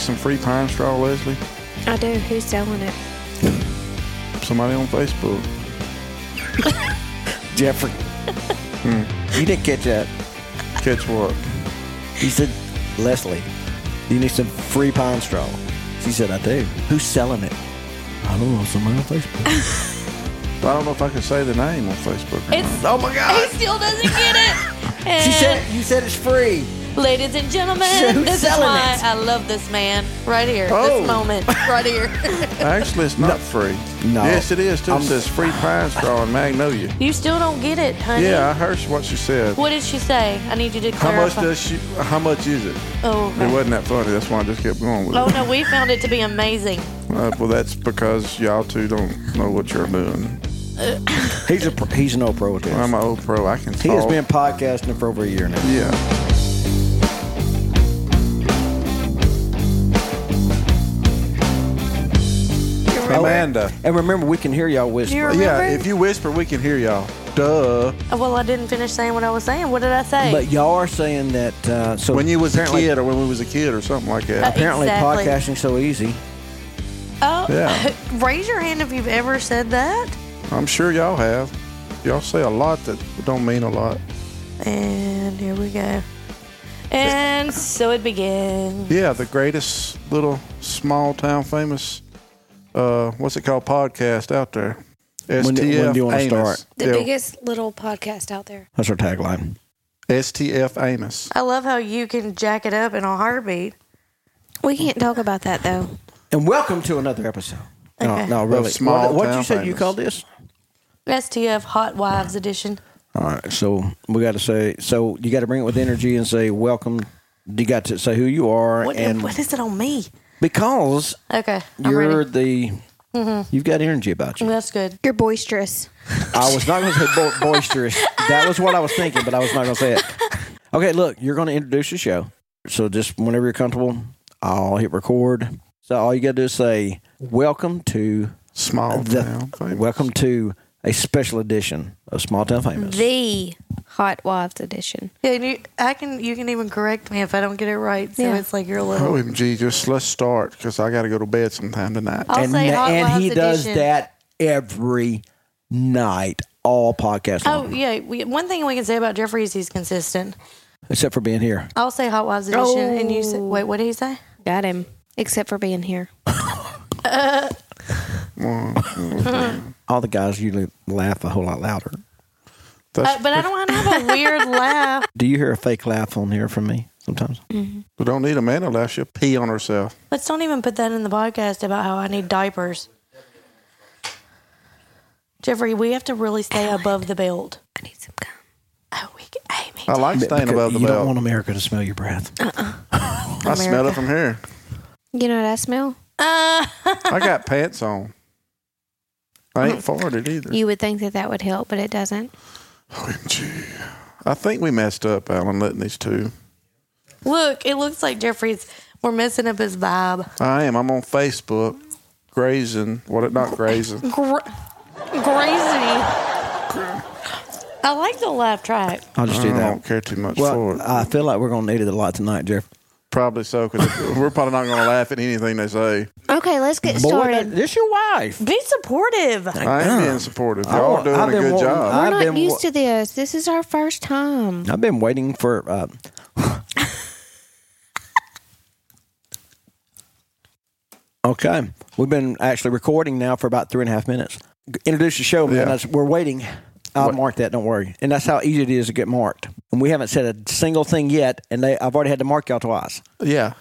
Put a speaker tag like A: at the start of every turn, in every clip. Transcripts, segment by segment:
A: some free pine straw, Leslie?
B: I do. Who's selling it?
A: Somebody on Facebook.
C: Jeffrey. You didn't catch that.
A: Catch what?
C: He said, Leslie, you need some free pine straw. She said, I do. Who's selling it? I don't know. Somebody on Facebook.
A: I don't know if I can say the name on Facebook. or
B: It's.
C: oh my God.
B: He still doesn't get it.
C: She said,
B: And
C: you said it's free.
B: ladies and gentlemen,
C: She said, "Who's
B: this is
C: selling
B: why
C: it?"
B: I love this man right here,
A: Oh.
B: this moment right here.
A: not. Actually, it's not free.
C: No.
A: Yes, it is. Too. It
C: I'm-
A: says free pine straw and magnolia.
B: you still don't get it, honey.
A: Yeah, I heard what she said.
B: What did she say? I need you to
A: How
B: clarify.
A: much does she? How much is it?
B: Oh, okay.
A: It wasn't that funny. That's why I just kept going with
B: oh
A: it.
B: no, we found it to be amazing.
A: Uh, well, that's because y'all two don't know what you're doing.
C: He's a pro, he's an old pro at this.
A: I'm an old pro. I can
C: he
A: talk.
C: has been podcasting for over a year now.
A: Yeah. Amanda.
C: Oh, And remember, we can hear y'all whisper.
B: You're-
A: Yeah.
B: Remember?
A: If you whisper, we can hear y'all. Duh.
B: Uh, Well, I didn't finish saying what I was saying. What did I say?
C: But y'all are saying that uh, so
A: When you was a
C: apparently-
A: kid, or when we was a kid, or something like that.
B: Uh,
C: Apparently,
B: Exactly.
C: podcasting's so easy.
B: oh,
A: Yeah.
B: raise your hand if you've ever said that.
A: I'm sure y'all have. Y'all say a lot that don't mean a lot.
B: And here we go. And so it begins.
A: Yeah, the greatest little small town famous, uh, what's it called, podcast out there. STF
C: When do- when do you wanna
A: Amos.
C: start?
D: The
A: Yeah,
D: biggest little podcast out there.
C: That's our tagline.
A: STF Amos.
B: I love how you can jack it up in a heartbeat.
D: We can't talk about that though.
C: And welcome to another episode.
B: Okay.
C: No, no, really.
A: small
C: what what you
A: town
C: said you
A: famous.
C: called this?
B: STF Hot Wives Edition.
C: All right. So we got to say. So you got to bring it with energy and say welcome. You got to say who you are
B: What,
C: and
B: what is it on me?
C: because
B: Okay, I'm
C: you're
B: ready. Mm-hmm.
C: the you've got energy about you.
B: That's good.
D: You're boisterous.
C: I was not going to say bo- boisterous. That was what I was thinking, but I was not going to say it. Okay, look, you're going to introduce the show. So just whenever you're comfortable, I'll hit record. So all you got to do is say, "Welcome to
A: Small
C: the
A: town famous.
C: welcome to a special edition of Small Town Famous."
D: The Hot Wives edition.
B: Yeah, and you, I can. You can even correct me if I don't get it right. So
D: Yeah.
B: it's like you're a little.
A: OMG, Oh, just let's start because I got to go to bed sometime tonight.
B: I'll
C: and
B: say Hot
C: and
B: Wives
C: he does
B: Edition.
C: that every night, all podcast
B: Oh
C: long,
B: yeah. We, one thing we can say about Jeffrey is he's consistent.
C: except for being here.
B: I'll say Hot Wives Edition, and you say, wait, what did he say?
D: Got him. Except for being here.
C: All the guys usually laugh a whole lot louder.
A: That's,
B: Uh, but I don't want to have a weird laugh.
C: Do you hear a fake laugh on here from me sometimes?
D: Mm-hmm.
A: we don't need Amanda left. She'll pee on herself.
B: Let's don't even put that in the podcast about how I need diapers. Jeffrey, we have to really stay above the belt.
D: I need some gum.
B: Oh, we can, I mean,
A: I like staying
C: Because
A: above the
C: you don't
A: belt.
C: want America to smell your breath.
A: I smell it from here.
D: Uh-uh. You know what I smell?
B: Uh,
A: I got pants on. I ain't farted either.
D: You would think that that would help, but it doesn't.
A: OMG. I think we messed up, Alan, letting these two.
B: look, it looks like Jeffrey's. We're messing up his vibe.
A: I am. I'm on Facebook, grazing. What? Not grazing.
B: Gra- crazy. I like the laugh track.
C: I'll just do
A: I
C: that.
A: don't care too much for
C: Well,
A: it.
C: I feel like we're going to need it a lot tonight, Jeff.
A: probably so, because we're probably not going to laugh at anything they say.
D: Okay, let's get
C: that-
D: started.
C: this your wife.
B: Be supportive.
A: I am being supportive. Y'all
C: I-
A: are doing
C: Uh-huh. Oh, I've
A: a
C: been
A: good
C: wanting-
A: job.
C: I-
D: We're
C: I've
D: not
C: been
D: used
C: wa-
D: to this. This is our first time.
C: I've been waiting for. Uh, okay, we've been actually recording now for about three and a half minutes. G- Introduce the show, man.
A: Yeah.
C: That's- We're waiting. I'll mark that. Don't worry. And that's how easy it is to get marked. And we haven't said a single thing yet. And they, I've already had to mark y'all twice.
A: yeah.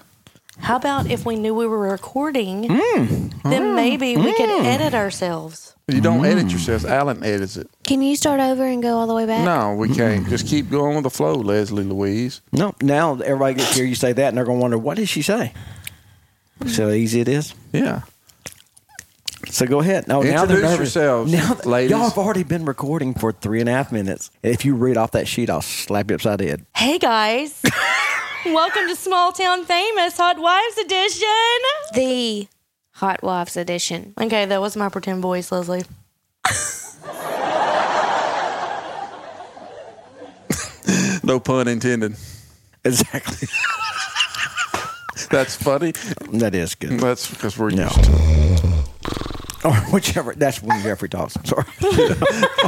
B: How about if we knew we were recording, then maybe we could edit ourselves.
A: You don't
C: Mm.
A: edit yourself. Alan edits it.
D: Can you start over and go all the way back?
A: No, we can't. Just keep going with the flow, Leslie Louise.
C: No, now everybody gets here. You say that, and they're gonna wonder what did she say. So easy it is.
A: Yeah.
C: So go ahead. No, now they're
A: Introduce
C: nervous.
A: yourselves,
C: now,
A: ladies.
C: Y'all have already been recording for three and a half minutes. If you read off that sheet, I'll slap you upside the head.
B: Hey guys, welcome to Small Town Famous Hot Wives Edition.
D: The Hot Wives edition.
B: Okay, that was my pretend voice, Leslie.
A: No pun intended.
C: Exactly.
A: That's funny.
C: That is good.
A: That's because we're
C: No.
A: used to it.
C: Or whichever. That's when Jeffrey talks. I'm sorry.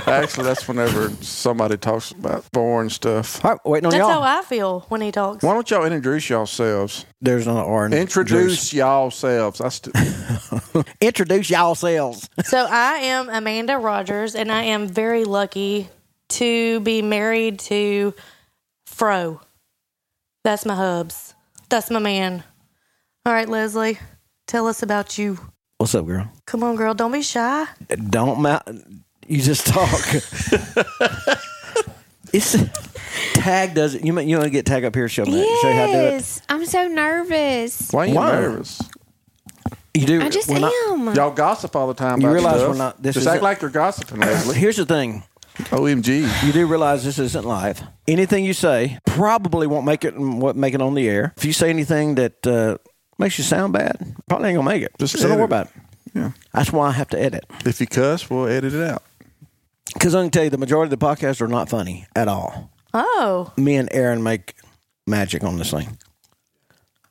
A: Actually, that's whenever somebody talks about born stuff.
C: All right, waiting on
B: That's
C: Oh, y'all.
B: how I feel when he talks.
A: Why don't y'all introduce yourselves?
C: There's another R. in
A: Introduce yourselves. I st-
C: Drew's. Introduce y'all selves.
B: So I am Amanda Rogers, and I am very lucky to be married to Fro. That's my hubs. That's my man. All right, Leslie, tell us about you.
C: What's up, girl?
B: Come on, girl, don't be shy.
C: Don't mount. You just talk. it's tag does it. You might- you want to get tag up here? Show me. Show you how to do it.
D: Yes. I'm so nervous.
A: why are you
C: Why?
A: nervous?
C: You do.
D: I just
C: we're not-
D: am.
A: Y'all gossip all the time.
C: You
A: about
C: realize
A: stuff.
C: we're not- this
A: Just act
C: isn't-
A: like you're gossiping, Leslie.
C: here's the thing.
A: OMG.
C: You do realize this isn't live. Anything you say probably won't make it. What make it on the air? If you say anything that uh, makes you sound bad, probably ain't gonna make it.
A: Just
C: so don't
A: edit.
C: worry about it.
A: Yeah.
C: That's why I have to edit.
A: If you cuss, we'll edit it out.
C: Because I can tell you, the majority of the podcasts are not funny at all.
B: Oh,
C: Me and Aaron make magic on this thing.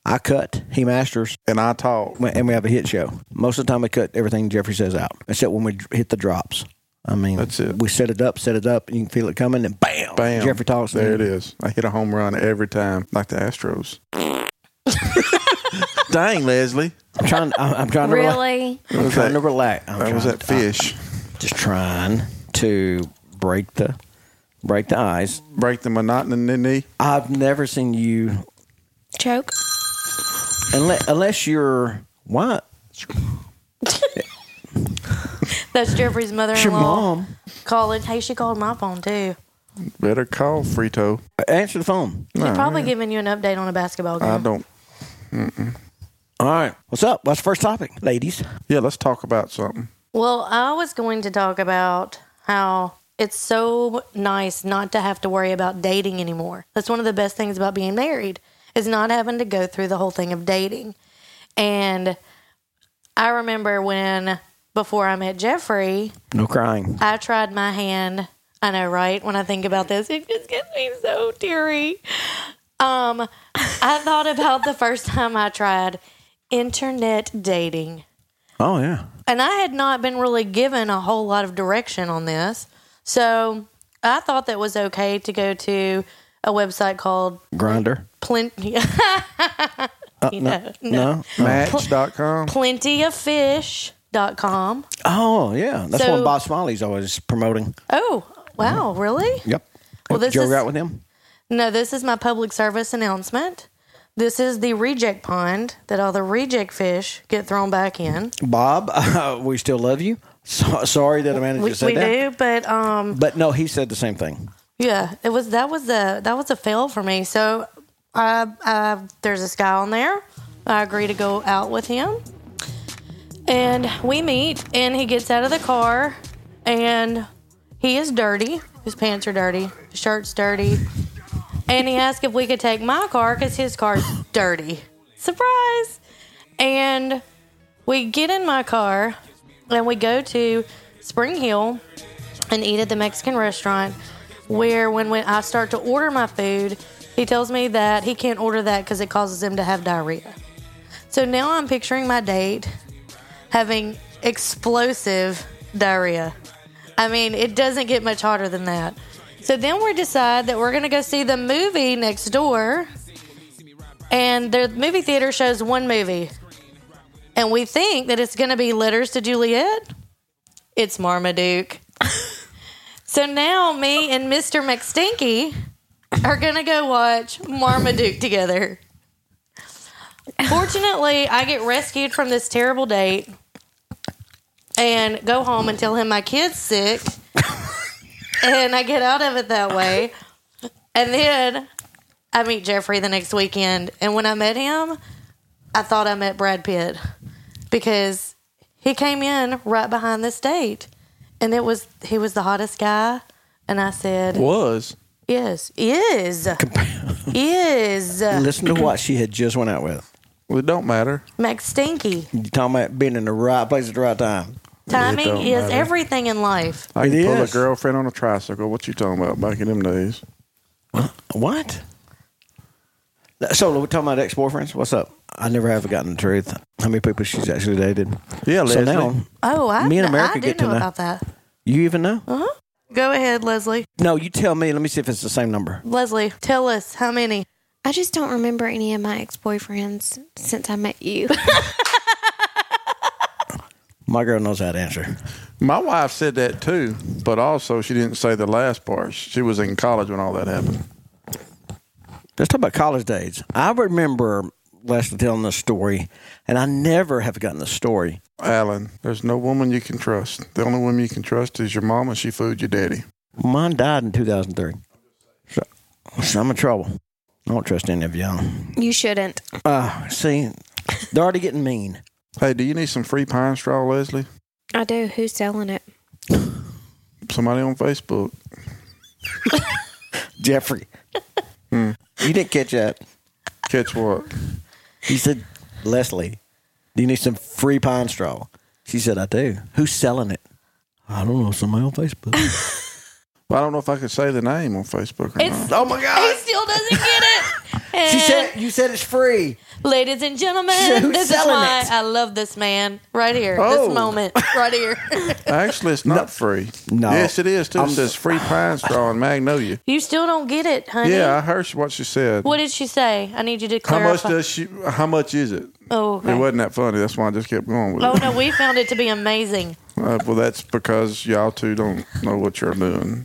C: I cut, he masters,
A: And I talk.
C: and we have a hit show. Most of the time, we cut everything Jeffrey says out, except when we d- hit the drops. I mean,
A: That's it.
C: We set it up, set it up, and you can feel it coming, and bam,
A: Bam.
C: Jeffrey talks.
A: There it is. I hit a home run every time, like the Astros. Dang, Leslie.
C: I'm trying. I'm, I'm trying to relax.
D: Really?
C: I'm
A: was
C: trying
A: that?
C: to relax. I'm
A: That was
C: trying
A: that
C: to-
A: fish.
C: I'm just trying to break the break the ice.
A: Break the monotony.
C: I've never seen you
D: Choke?
C: unless, unless you're what
B: that's Jeffrey's
C: It's your
B: mother-in-law
C: mom.
B: calling. Hey, she called my phone too.
A: Better call Frito.
C: Answer the phone.
B: She's probably giving you an update on a basketball game.
A: I don't.
C: All right. What's up? What's the first topic, ladies?
A: Yeah, let's talk about something.
B: Well, I was going to talk about how it's so nice not to have to worry about dating anymore. That's one of the best things about being married is not having to go through the whole thing of dating. And I remember when before I met Jeffrey,
C: No crying.
B: I tried my hand. I know, right? When I think about this, it just gets me so teary. Um, I thought about the first time I tried internet dating
C: Oh yeah.
B: and I had not been really given a whole lot of direction on this. So I thought that was okay to go to a website called
C: Grinder.
B: Plenty, you know,
C: Uh, No.
A: Uh. Match.com.
B: plentyoffish.com.
C: Oh yeah. That's
B: So-
C: what Bob Smiley's always promoting.
B: Oh, wow,
C: Mm-hmm.
B: really?
C: Yep.
B: Well, this
C: Joe
B: is-
C: out with him.
B: No, this is my public service announcement. This is the reject pond that all the reject fish get thrown back in.
C: Bob, uh, we still love you. So, sorry that Amanda
B: We,
C: just said
B: we
C: that.
B: do, but um,
C: But no, he said the same thing.
B: Yeah, it was that was a that was a fail for me. So, uh, uh, there's this guy on there. I agree to go out with him, and we meet. And he gets out of the car, and he is dirty. His pants are dirty. His shirt's dirty. And he asked if we could take my car because his car's dirty. Surprise! And we get in my car, and we go to Spring Hill and eat at the Mexican restaurant where when, when I start to order my food, he tells me that he can't order that because it causes him to have diarrhea. So now I'm picturing my date having explosive diarrhea. I mean, it doesn't get much hotter than that. So then we decide that we're going to go see the movie next door. And the movie theater shows one movie. And we think that it's going to be Letters to Juliet. It's Marmaduke. So now me and Mr. McStinky are gonna go watch Marmaduke together. Fortunately, I get rescued from this terrible date and go home and tell him my kid's sick. and I get out of it that way. And then I meet Jeffrey the next weekend. And when I met him, I thought I met Brad Pitt because he came in right behind this date. And it was he was the hottest guy. And I said,
A: Was.
B: Yes, is. is.
C: Listen to what she had just went out with.
A: Well, it don't matter.
B: Max Stinky.
C: You talking about being in the right place at the right time?
A: It
B: Timing
A: don't
B: is
A: matter.
B: everything in life.
A: I can
C: It
A: pull
C: is.
A: a girlfriend on a tricycle. What you talking about back in them days?
C: What? So we're talking about ex boyfriends. What's up? I never have gotten the truth. How many people she's actually dated?
A: Yeah,
C: so
A: Leslie.
C: now
E: Oh, I,
C: Me and
E: kn-
C: America
E: I do
C: get to
E: know
C: know-
E: about that.
C: you even know?
E: Uh-huh. Go ahead, Leslie.
C: No, you tell me. Let me see if it's the same number.
E: Leslie, tell us how many.
D: I just don't remember any of my ex boyfriends since I met you.
C: My girl knows how to answer.
A: My wife said that too, but also she didn't say the last part. She was in college when all that happened.
C: Let's talk about college days. I remember Leslie telling this story, and I never have gotten the story.
A: Alan, there's no woman you can trust. The only woman you can trust is your mom, and she fooled your daddy.
C: Mine died in 2003. So, so I'm in trouble. I don't trust any of y'all.
D: you shouldn't.
C: Uh, see, they're already getting mean.
A: Hey, do you need some free pine straw, Leslie?
D: I do. Who's selling it?
A: Somebody on Facebook.
C: Jeffrey, Hmm. you didn't catch that.
A: Catch what?
C: He said, Leslie, do you need some free pine straw? She said, I do. Who's selling it? I don't know. Somebody on Facebook.
A: Well, I don't know if I could say the name on Facebook or
E: It's-
A: not.
C: oh my
E: He
C: God.
E: still doesn't get it.
C: She
E: And-
C: said, You said it's free.
E: Ladies and gentlemen,
C: She- who's
E: this is
C: selling
E: why
C: it?
E: I love this man right here,
A: Oh.
E: this moment right here.
A: Actually, it's not free.
C: No.
A: Yes, it is too.
C: I'm-
A: it says free pine straw and magnolia.
E: you still don't get it, honey.
A: Yeah, I heard what she said.
E: What did she say? I need you to
A: how
E: clarify.
A: much does she? How much is it?
E: Oh, okay.
A: It wasn't that funny. That's why I just kept going with
E: oh
A: it.
E: no, we found it to be amazing.
A: Uh, well, that's because y'all two don't know what you're doing.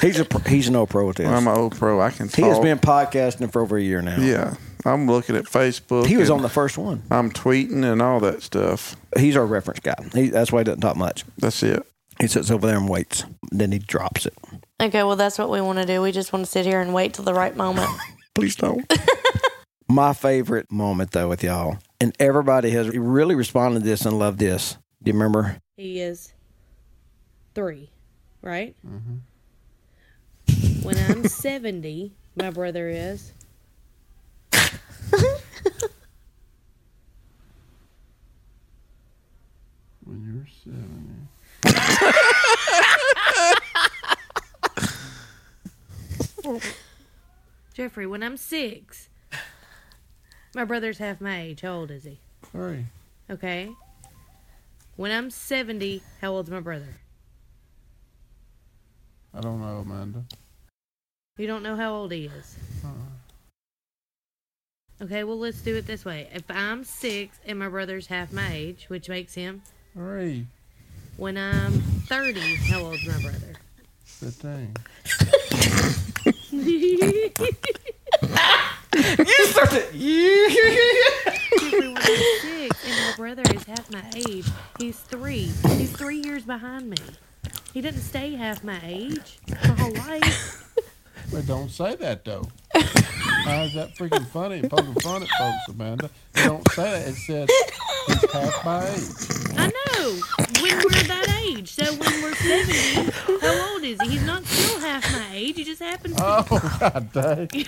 C: He's a pro- he's no pro at this.
A: I'm an old pro. I can.
C: he
A: Talk.
C: has been podcasting for over a year now.
A: Yeah, I'm looking at Facebook.
C: He was
A: and
C: on the first one.
A: I'm tweeting and all that stuff.
C: He's our reference guy. He, that's why he doesn't talk much.
A: That's it.
C: He sits over there and waits. Then he drops it.
E: Okay, well that's what we want to do. We just want to sit here and wait till the right moment.
C: Please don't. My favorite moment though with y'all, and everybody has really responded to this and loved this. Do you remember?
B: he is three, right? When I'm 70, my brother is. when you're 70. Jeffrey, when I'm six, my brother's half my age. How old is he?
F: Three.
B: Okay. When I'm 70, how old's my brother?
F: I don't know, Amanda.
B: You don't know how old he is. Okay, well, let's do it this way. If I'm six and my brother's half my age, which makes him,
F: Three.
B: when I'm 30, how old's my brother?
F: Fifteen.
B: Jeffrey, when I'm six and my brother is half my age, he's three. He's three years behind me. He didn't stay half my age my whole life.
F: But don't say that though. How is that freaking funny? and Poking fun at folks, Amanda. You don't say that. It said it's half my age.
B: I know when we're that age. So when we're 70, how old is he? He's not still half my age. He just happens to
F: Oh God, dang. See,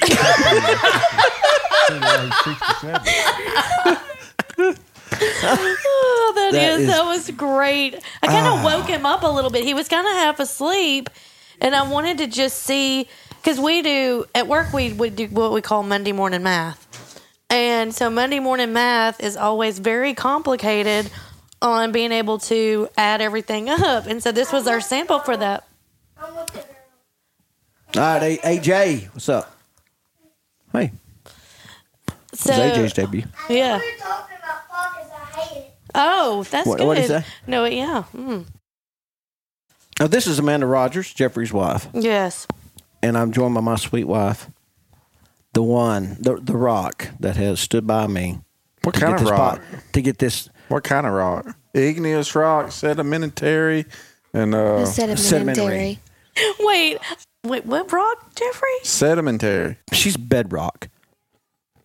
F: now he's 67.
E: oh,
C: That
E: that is,
C: is-
E: Ah. that was great. I kind of woke him up a little bit. He was kind of half asleep, and I wanted to just see because we do at work we would do what we call Monday morning math, and so Monday morning math is always very complicated on being able to add everything up, and so this was our sample for that.
C: All right, A- AJ, what's up? Hey,
E: So
C: it's AJ's debut.
E: yeah.
G: We were talking about pockets. I hate it.
E: Oh, that's
C: What-
E: good.
C: what'd he say?
E: No, yeah, mm,
C: Now this is Amanda Rogers, Jeffrey's wife,
E: yes.
C: and I'm joined by my sweet wife, the one, the the rock that has stood by me
A: What
C: to
A: kind of
C: get this
A: rock?
C: pod- to get this
A: What kind of rock? Igneous rock, sedimentary, and uh,
C: Sedimentary.
D: Sedimentary.
E: Wait, wait, what rock, Jeffrey?
A: sedimentary.
C: She's bedrock.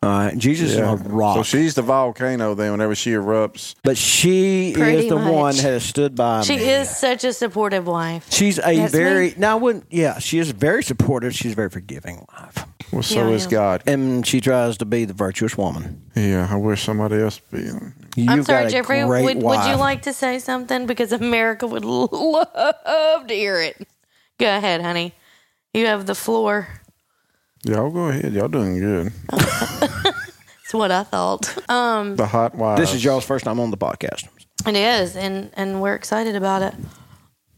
C: All right, Jesus
A: Yeah.
C: is a rock.
A: So she's the volcano. Then whenever she erupts,
C: but she is
D: Pretty
C: the
D: much.
C: one that has stood by
E: She
C: me.
E: is such a supportive wife.
C: She's a
D: That's
C: very
D: me.
C: now. I wouldn't yeah. She is very supportive. She's a very forgiving wife,
A: well, so
E: Yeah,
A: is
E: yeah.
A: God.
C: and she tries to be the virtuous woman.
A: Yeah, I wish somebody else would be.
C: You've
E: I'm sorry,
C: got a
E: Jeffrey.
C: great
E: Would, would you
C: wife.
E: like to say something? Because America would love to hear it. Go ahead, honey. You have the floor.
A: Y'all go ahead. Y'all doing good.
E: That's what I thought. Um,
A: The hot wives.
C: This is y'all's first time on the podcast.
E: it is, and and we're excited about it.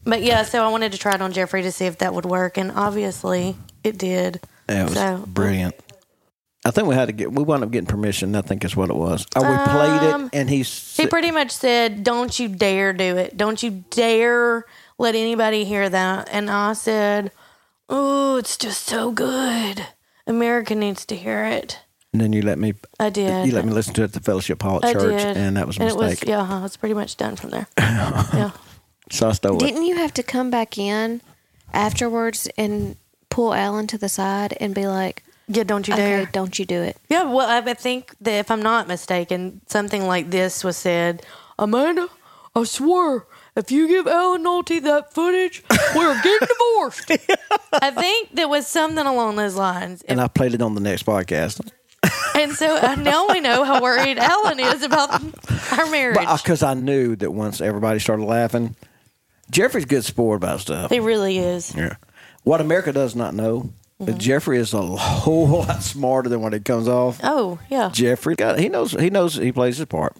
E: But yeah, so I wanted to try it on Jeffrey to see if that would work, and obviously it did.
C: Yeah, it was
E: So-
C: brilliant. I think we had to get. We wound up getting permission. I think is what it was. Oh, we played
E: Um,
C: it, and he's
E: He pretty much said, "Don't you dare do it. Don't you dare let anybody hear that." And I said, "Oh, it's just so good. America needs to hear it."
C: and then you let me.
E: I did.
C: You let me listen to it at the Fellowship Hall
E: I
C: at church,
E: did.
C: and that was a
E: And it
C: mistake.
E: was, yeah, huh, it's pretty much done from there. yeah.
C: So I stole it.
D: Didn't you have to come back in afterwards and pull Alan to the side and be like,
E: Yeah, don't you dare.
D: okay, don't you do it?
E: Yeah, well, I I think that if I'm not mistaken, something like this was said Um, Amanda, I swear, if you give Alan Nolte that footage, we're getting divorced. I think there was something along those lines.
C: And
E: And,
C: I played it on the next podcast
E: so uh, now we know how worried Alan is about our marriage.
C: because I knew that once everybody started laughing, Jeffrey's a good sport about stuff.
E: he really is.
C: Yeah. What America does not know,
E: Mm-hmm.
C: that Jeffrey is a whole lot smarter than what it comes off.
E: Oh, yeah.
C: Jeffrey got he knows he knows he plays his part.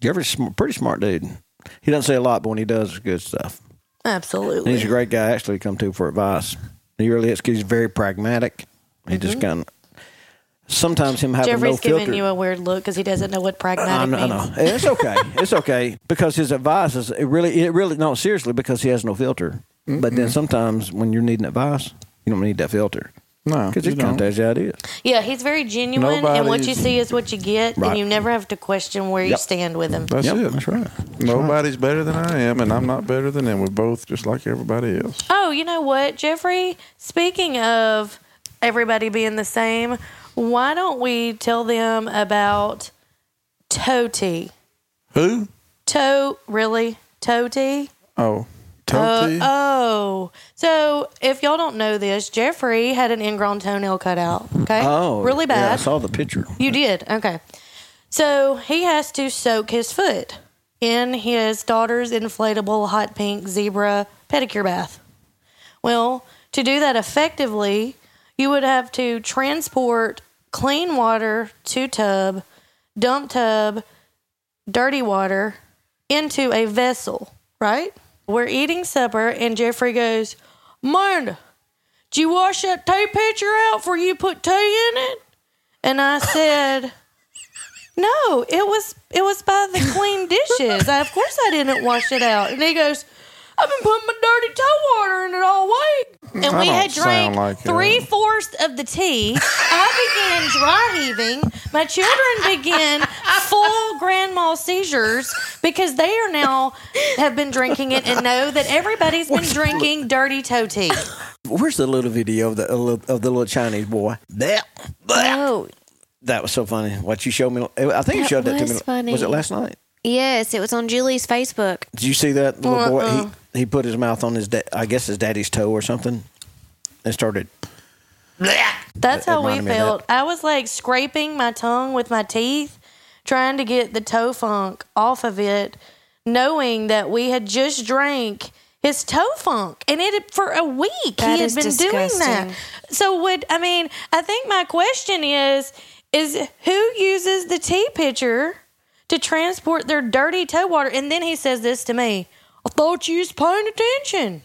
C: Jeffrey's sm- pretty smart dude. He doesn't say a lot, but when he does, it's good stuff. And he's a
E: Absolutely.
C: great guy actually to come to for advice. He really is. 'cause He's very pragmatic. He just kind of sometimes him having
E: Mm-hmm. Jeffrey's
C: no filter.
E: giving you a weird look because he doesn't know what
C: I
E: pragmatic
C: know, I
E: means.
C: know. It's okay. It's okay because his advice is it really, it really no seriously because he has no filter.
E: Mm-hmm.
C: But then sometimes when you're needing advice, you don't need that filter
A: no,
C: because
A: you
C: it
A: don't.
C: kind of tells you how it is.
E: Yeah, he's very genuine, and what you
A: Nobody's-
E: see is what you get,
C: Right.
E: and you never have to question where you
C: Yep.
E: stand with him.
A: That's
C: Yep,
A: it.
C: that's right.
A: Nobody's better than I am, and I'm not better than them. We're both just like everybody else.
E: Oh, you know what, Jeffrey? Speaking of everybody being the same, why don't we tell them about Toti?
A: Who?
E: Toe, really? Toti?
A: Oh,
E: Uh,
A: Toti.
E: Oh, so if y'all don't know this, Jeffrey had an ingrown toenail cut out. Okay.
C: Oh,
E: really
C: yeah, I
E: bad.
C: saw the picture.
E: You did? Okay. So he has to soak his foot in his daughter's inflatable hot pink zebra pedicure bath. Well, to do that effectively, you would have to transport clean water to tub, dump tub, dirty water into a vessel, right? We're eating supper, and Jeffrey goes, Manda, did you wash that tea pitcher out before you put tea in it? And I said, "No, it was it was by the clean dishes. I, of course, I didn't wash it out." And he goes, "I've been putting my dirty toe water in it all week." And
A: I
E: we
A: don't
E: had
A: sound
E: drank
A: like it.
E: three fourths of the tea. I began dry heaving. My children began full grandma seizures because they are now have been drinking it and know that everybody's been drinking dirty toe tea.
C: Where's the little video of the of the little Chinese boy? That
D: Oh,
C: that was so funny. What you showed me, I think you
D: That
C: showed that to
D: was
C: me.
D: funny.
C: Was it last night?
D: yes, it was on Julie's Facebook.
C: Did you see that little
D: Uh-uh.
C: boy? He he put his mouth on his da- I guess his daddy's toe or something, and started.
E: That's
C: It- it
E: how we
C: reminded me of
E: felt. I was like scraping my tongue with my teeth, trying to get the toe funk off of it, knowing that we had just drank his toe funk, and it had- for a week
D: That
E: he had
D: is
E: been doing that.
D: disgusting.
E: So would I mean? I think my question is: is who uses the tea pitcher to transport their dirty toe water? And then he says this to me: "I thought you was paying attention."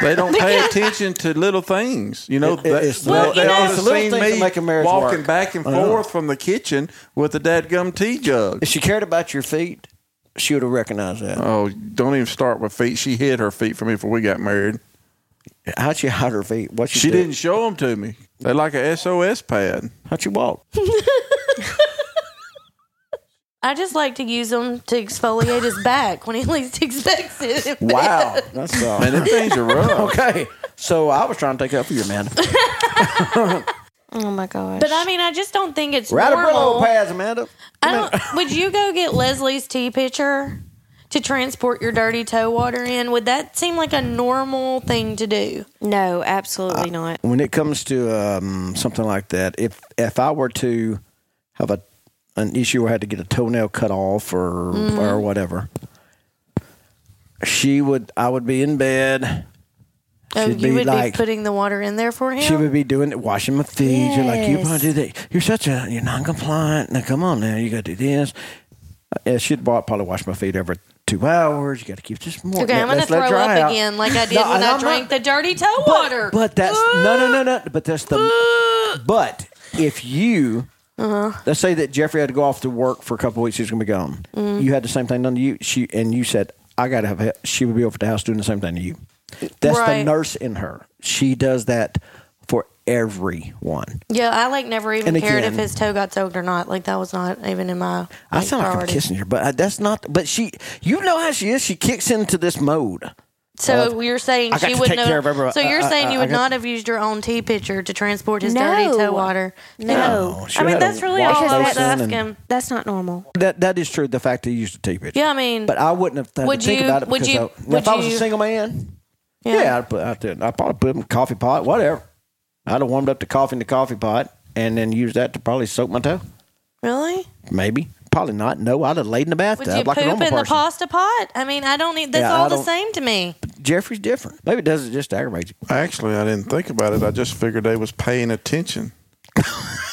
A: They don't pay attention to little things. You know,
C: It- it- it's
A: they,
C: Well,
A: they
E: you know-
A: ought to
E: It's
C: the little
A: seen
C: things
A: me
C: that make a marriage
A: walking
C: work.
A: back and
C: I know.
A: forth from the kitchen with a dadgum tea jug.
C: If she cared about your feet, she would have recognized that.
A: Oh, don't even start with feet. She hid her feet from me before we got married.
C: How'd she hide her feet? What she,
A: Uh-huh. She
C: do?
A: didn't show them to me. They're like a SOS pad.
C: How'd she walk?
E: I just like to use them to exfoliate his back when he least expects it.
C: Wow, that's all.
A: Man, them things are rough.
C: okay, so I was trying to take up for you, man.
D: Oh my gosh.
E: But I mean, I just don't think it's
C: Right up
E: normal.
C: Brillo pads, Amanda.
E: I don't. Would you go get Leslie's tea pitcher to transport your dirty toe water in? Would that seem like a normal thing to do?
D: no, absolutely not.
C: when it comes to um, something like that, if if I were to have a an issue where I had to get a toenail cut off or
E: Mm-hmm.
C: or whatever, she would I would be in bed
E: Oh,
C: She'd
E: you
C: be
E: would
C: like-
E: be putting the water in there for him.
C: She would be doing it, washing my feet. You're like, you want to do
D: Yes.
C: that? You're such a, you're non-compliant. Now come on, now you got to do this. Uh, Yeah, she'd wa- probably wash my feet every two hours. You got to keep this more.
E: okay,
C: let-
E: I'm gonna
C: let's let
E: throw
C: it dry
E: up
C: out.
E: again, like I did
C: No,
E: when
C: and
E: I
C: I'm
E: drank
C: not-
E: the dirty toe water.
C: But that's no, no, no, no. But that's
E: Uh.
C: the. but if you,
E: Uh-huh.
C: let's say that Jeffrey had to go off to work for a couple of weeks, he's going to be gone.
E: Mm.
C: You had the same thing done to you. She and you said, "I got to have." he- She would be over at the house doing the same thing to you. That's the
E: Right.
C: nurse in her. She does that for everyone.
E: yeah, I like never even
C: And
E: cared if
C: again-
E: his toe got soaked or not. Like that was not even in my.
C: I
E: like,
C: sound like I'm
E: priority.
C: kissing her, but I- that's not. But she, you know how she is. She kicks into this mode.
E: So
C: Well,
E: you're saying
C: I got
E: she
C: to
E: wouldn't
C: take
E: have.
C: care of everybody.
E: so you're
C: I- I-
E: saying
C: I
E: you would
C: got-
E: not have used your own tea pitcher to transport his dirty
D: No.
E: toe water.
D: No.
C: Oh, she
E: I mean
C: had a
E: that's really
C: wash
E: all I was
C: basin and-
E: asking.
D: That's not normal.
C: That that is true. The fact that you used to tape it.
E: Yeah, I mean-
C: but I wouldn't have had
E: Would
C: to think
E: you-
C: about it
E: would
C: because
E: you-
C: I, now,
E: would
C: if I was a
E: you-
C: single man, yeah, I'd put out there. I probably put them in a coffee pot, whatever. I'd have warmed up the coffee in the coffee pot and then used that to probably soak my toe.
E: Really?
C: Maybe, probably not. No, I'd have laid in the
E: Would
C: bathtub
E: you
C: like a
E: poop in
C: normal
E: the
C: person.
E: pasta pot? I mean, I don't need. That's
C: Yeah, I
E: all the
C: don't-
E: same to me.
C: Jeffrey's different. Maybe it does it just to aggravate you.
A: Actually, I didn't think about it. I just figured they was paying attention.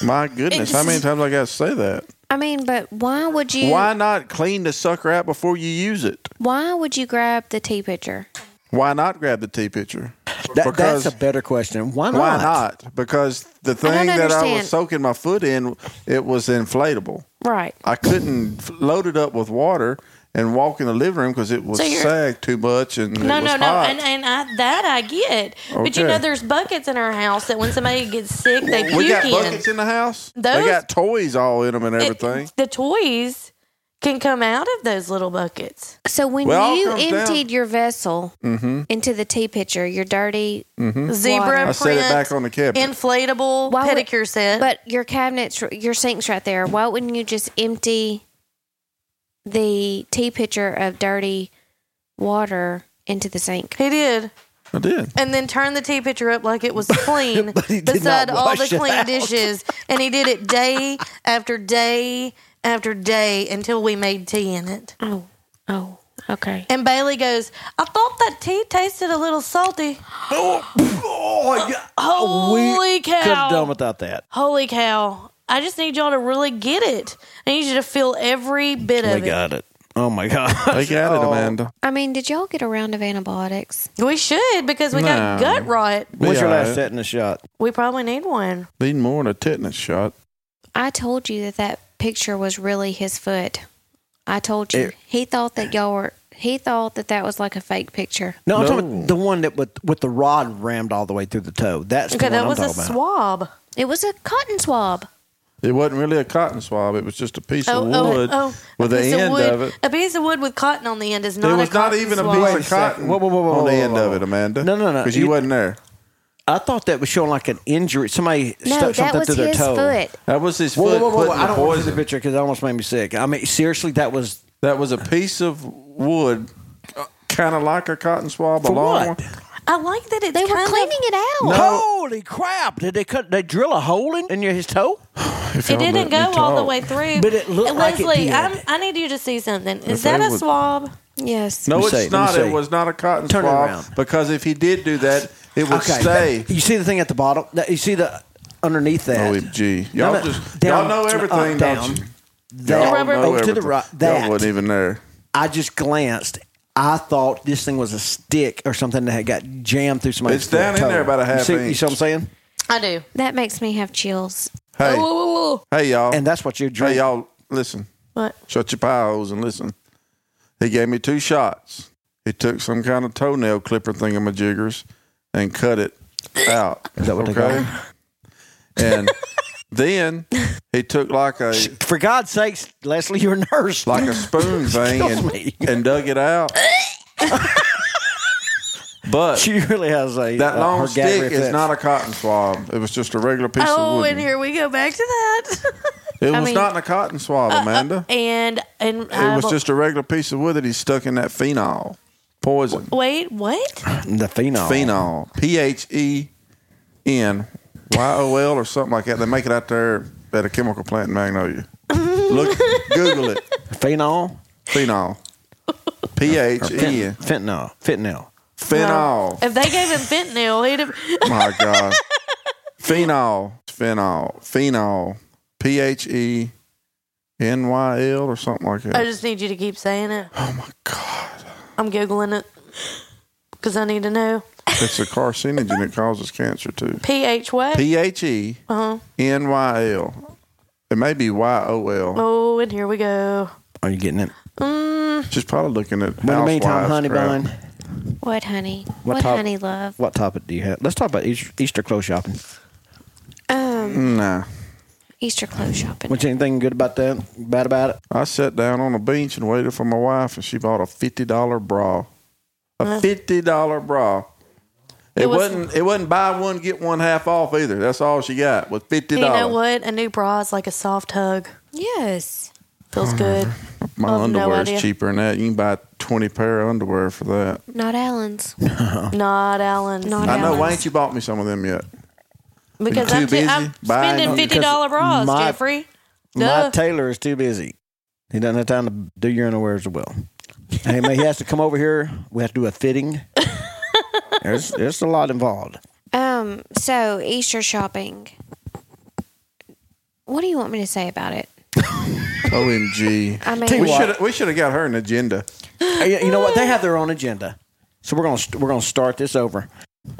A: My goodness, how many times I got to say that?
D: I mean, but why would you?
A: Why not clean the sucker out before you use it?
D: Why would you grab the tea pitcher?
A: Why not grab the tea pitcher?
C: That, that's
A: Because-
C: a better question. Why not?
A: Why not? Because the thing
D: don't
A: that I
D: understand.
A: was soaking my foot in, it was inflatable.
D: Right.
A: I couldn't f- load it up with water and walk in the living room because it was
E: So you're-
A: sagged too much and
E: No,
A: it was
E: no,
A: hot.
E: no, and and I, that I get. But
A: Okay.
E: you know, there's buckets in our house that when somebody gets sick, they puke
A: we got
E: in.
A: buckets in the house.
E: Those-
A: they got toys all in them and
E: It-
A: everything.
E: the toys can come out of those little buckets.
D: So when
A: Well, it
D: you
A: all comes down-
D: emptied your vessel
C: Mm-hmm.
D: into the tea pitcher, your dirty
C: Hmm?
E: Zebra
A: I
E: print,
A: set it back on the cabinet.
E: inflatable
D: Why would-
E: pedicure set.
D: But your cabinets, your sink's right there. Why wouldn't you just empty the tea pitcher of dirty water into the sink?
E: he did,
A: I did.
E: and then turned the tea pitcher up like it was clean
C: But he did
E: beside
C: not
E: all
C: wash
E: the
C: it
E: clean
C: out.
E: dishes, and he did it day after day after day until we made tea in it.
D: Oh, oh, okay.
E: And Bailey goes, I thought that tea tasted a little salty.
C: Oh, yeah.
E: Holy
C: we Could
E: cow.
C: have done without that.
E: Holy cow. I just need y'all to really get it. I need you to feel every bit
C: We
E: of it.
C: got it. Oh my Oh. god.
A: They got
E: oh.
A: it, Amanda.
D: I mean, did y'all get a round of antibiotics?
E: We should because we got
A: No.
E: gut rot.
C: When's your
A: Yeah.
C: last set in the shot?
E: We probably need one.
A: Need more than a tetanus shot.
D: I told you that that picture was really his foot. I told you.
C: It-
D: he thought that y'all were. He thought that that was like a fake picture.
C: No, I'm talking
A: No.
C: about the one that with with the rod rammed all the way through the toe. That's
E: Okay,
C: the
E: that
C: one
E: was
C: I'm
E: a
C: talking about.
E: swab.
D: It was a cotton swab.
A: It wasn't really a cotton swab. It was just a piece
E: Oh,
A: of
E: oh,
A: wood
E: oh.
A: with
E: a
A: the
E: piece
A: end
E: wood,
A: of it.
E: A piece of wood with cotton on the end is not
A: There
E: a
A: was not
E: cotton
A: even a
E: swab.
A: piece of cotton
C: Whoa, whoa, whoa, whoa,
A: on the
C: whoa,
A: end
C: whoa,
A: of
C: whoa.
A: it, Amanda.
C: No, no, no.
A: Because you,
C: You-
A: wasn't there.
C: I thought that was showing like an injury. Somebody
D: No,
C: stuck
D: that
C: something
D: was
C: through their
D: his
C: toe.
D: foot.
A: That was his
C: Whoa,
A: foot
C: whoa, whoa, whoa,
A: putting
C: I
A: the
C: don't want to see
A: poison.
C: the picture because it almost made me sick. I mean, seriously, that was
A: That was a piece of wood, kind of like a cotton swab, a
C: for
A: long
C: what?
A: one.
E: I like that it's
D: They were
E: kind
D: cleaning
E: of,
D: it out.
C: Holy crap! Did they cut? They drill a hole in, in your his toe?
A: If
E: It
A: y'all
E: didn't go
A: let me
E: all the
A: talk.
E: way through.
C: But it looked like it
E: Leslie,
C: did.
E: I'm, I need you to see something. Is
A: If
E: that
A: they
E: a
A: would-
E: swab?
D: Yes.
A: No,
C: Let me
A: it's
C: see, let me
A: not.
C: see.
A: It was not a cotton
C: Turn it
A: swab
C: around.
A: because if he did do that, it would stay.
C: You see the thing at the bottom? That- You see the underneath that?
A: OMG.
C: No,
A: E Y'all
C: no,
A: just y'all
C: down,
A: know everything,
C: up,
A: don't
C: down.
A: you?
C: That- Oh,
A: Y'all
E: rubber-
A: know
E: Over
C: to the
A: everything.
C: right, that.
A: Y'all wasn't even there.
C: I just glanced. I thought this thing was a stick or something that had got jammed through somebody's
A: It's down in
C: toe.
A: there about a
C: You
A: half
C: see, You
A: inch.
C: see what I'm saying?
E: I do.
D: That makes me have chills.
A: Hey,
E: Oh, Whoa, whoa, whoa.
A: hey, y'all.
C: And that's what you drink.
A: hey, y'all. Listen.
E: What?
A: Shut your pie holes and listen. He gave me two shots. He took some kind of toenail clipper thing of my jiggers and cut it out.
C: Is that what they call
A: okay? And then he took like a
C: For God's sakes, Leslie, you're a nurse.
A: like a spoon thing
C: me.
A: and, and dug it out. but
C: she really has a
A: that
C: uh,
A: long
C: her gag
A: stick is
C: reflex.
A: not a cotton swab. It was just a regular piece
E: Oh,
A: of wood.
E: and here we go back to that.
A: It was
D: mean-
A: not in a cotton swab, Amanda.
E: and uh, and
A: it
E: I
A: was
E: will-
A: just a regular piece of wood that he stuck in that phenol poison.
E: wait. What?
C: the phenol.
A: phenol. P H E N Y O L or something like that. They make it out there at a chemical plant in Magnolia. Look, Google it.
C: Phenol.
A: Phenol. P H E N.
C: Fentanyl. Fentanyl.
A: Phenol.
E: If they gave him fentanyl, he'd have.
A: My God. Phenol. Phenol. Phenol. P H E N Y L or something like
E: I
A: that.
E: just need you to keep saying it.
A: Oh my God.
E: I'm googling it because I need to know.
A: It's a carcinogen that causes cancer too.
E: PH what?
A: P H E
E: uh huh.
A: N Y L. It may be Y O L.
E: Oh, and here we go.
C: Are you getting it?
E: Mm,
A: She's probably looking at.
C: Well, in the meantime,
A: housewives
C: honey
A: crap.
C: bun,
D: What, honey?
C: What
D: What,
C: type-
D: honey, love?
C: what topic do you have? Let's talk about Eas- Easter clothes shopping.
D: Um,
A: Mm, Nah.
D: Easter clothes shopping.
C: What's anything good about that? Bad about it?
A: I sat down on a bench and waited for my wife, and she bought a fifty dollar bra. A fifty dollar bra. It,
E: It was-
A: wasn't. It wasn't buy one get one half off either. That's all she got was fifty
E: you know
A: dollars.
E: what? A new bra is like a soft hug.
D: Yes.
E: Feels good.
A: My
E: I've no
A: underwear
E: idea.
A: is cheaper than that. You can buy twenty pair of underwear for that.
D: Not Allen's.
A: Oh.
E: Not Alan's.
D: Not
A: I know. Why
D: Allen's.
A: ain't you bought me some of them yet?
E: because
A: Too
E: I'm, too,
A: busy
E: I'm
A: buying
E: spending
A: them.
E: fifty dollar bras,
C: My-
E: Jeffrey.
C: My
E: Duh.
C: tailor is too busy. He doesn't have time to do your underwear as well. hey, man, he has to come over here. We have to do a fitting. there's there's a lot involved.
D: Um, so Easter shopping. What do you want me to say about it?
A: Omg.
D: I mean,
A: We
C: What?
A: should. We should have got her an agenda.
C: Hey, Uh, you know what? They have their own agenda. So we're gonna st- we're gonna start this over.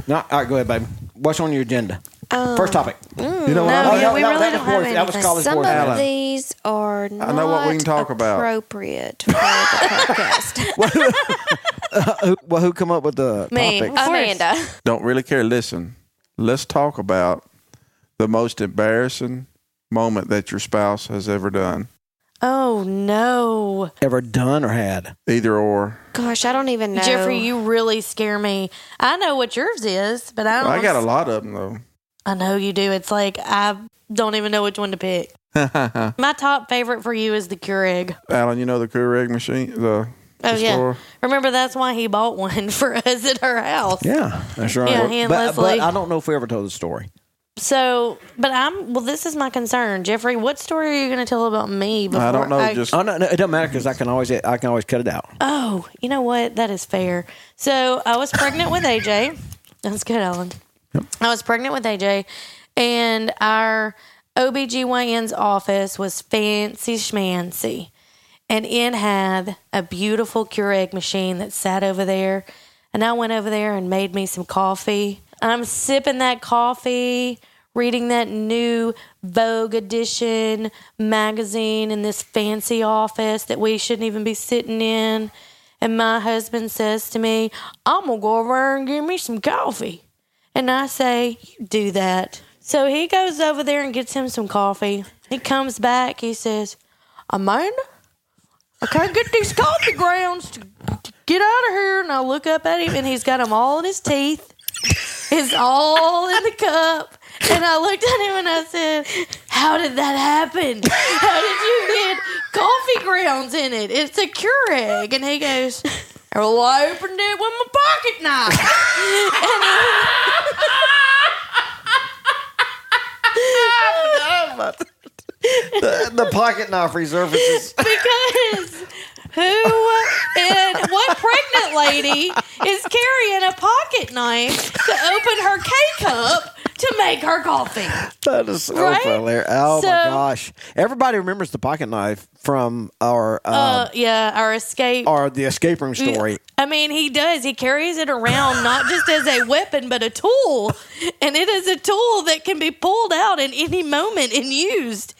C: No, all right, go ahead, babe. What's on your agenda?
D: um,
C: First topic.
A: You know what?
E: no,
A: I,
E: yeah, we
C: no,
E: really
C: that was
E: don't have
C: boys. That was
E: anything.
C: college
D: Some
C: boys.
D: of
A: Alan.
D: these are not
A: know what we can talk about.
D: appropriate for the podcast.
C: Who, well, who come up with the
E: Me,
C: topic?
D: Amanda.
A: don't really care. Listen, let's talk about the most embarrassing moment that your spouse has ever done.
E: Oh no,
C: Ever done or had?
A: Either or.
D: Gosh, I don't even know.
E: Jeffrey, you really scare me. I know what yours is, but I don't.
A: I got a lot of them though.
E: I know you do. It's like I don't even know which one to pick. My top favorite for you is the Keurig.
A: Alan, you know the Keurig machine, the, the
E: Oh yeah,
A: store.
E: remember that's why he bought one for us at her house.
C: Yeah, that's right.
E: Yeah, he and
C: but, but
E: Leslie.
C: I don't know if we ever told the story.
E: So, but I'm well. This is my concern, Jeffrey. What story are you going to tell about me? Before
A: I don't know. just
C: Oh no, no it doesn't matter because I can always I can always cut it out.
E: oh, you know what? That is fair. So I was pregnant with AJ. That's good, Ellen. I was pregnant with AJ, and our OBGYN's office was fancy schmancy. And it had a beautiful Keurig machine that sat over there. And I went over there and made me some coffee. And I'm sipping that coffee, reading that new Vogue edition magazine in this fancy office that we shouldn't even be sitting in. And my husband says to me, I'm going to go over and get me some coffee. And I say, You do that. So he goes over there and gets him some coffee. He comes back. He says, Amanda, I can't get these coffee grounds to, to get out of here. And I look up at him, and he's got them all in his teeth. It's all in the cup. And I looked at him and I said, How did that happen? How did you get coffee grounds in it? It's a Keurig. And he goes, Well, I opened it with my pocket knife. and I,
C: the, Uh, the pocket knife resurfaces.
E: because who and what pregnant lady is carrying a pocket knife to open her K cup to make her coffee?
C: That is so
E: Right?
C: hilarious. Oh my
E: So-
C: gosh! Everybody remembers the pocket knife from our uh,
E: Uh, yeah, our escape.
C: our the escape room story.
E: I mean, he does. He carries it around not just as a weapon, but a tool. And it is a tool that can be pulled out at any moment and used.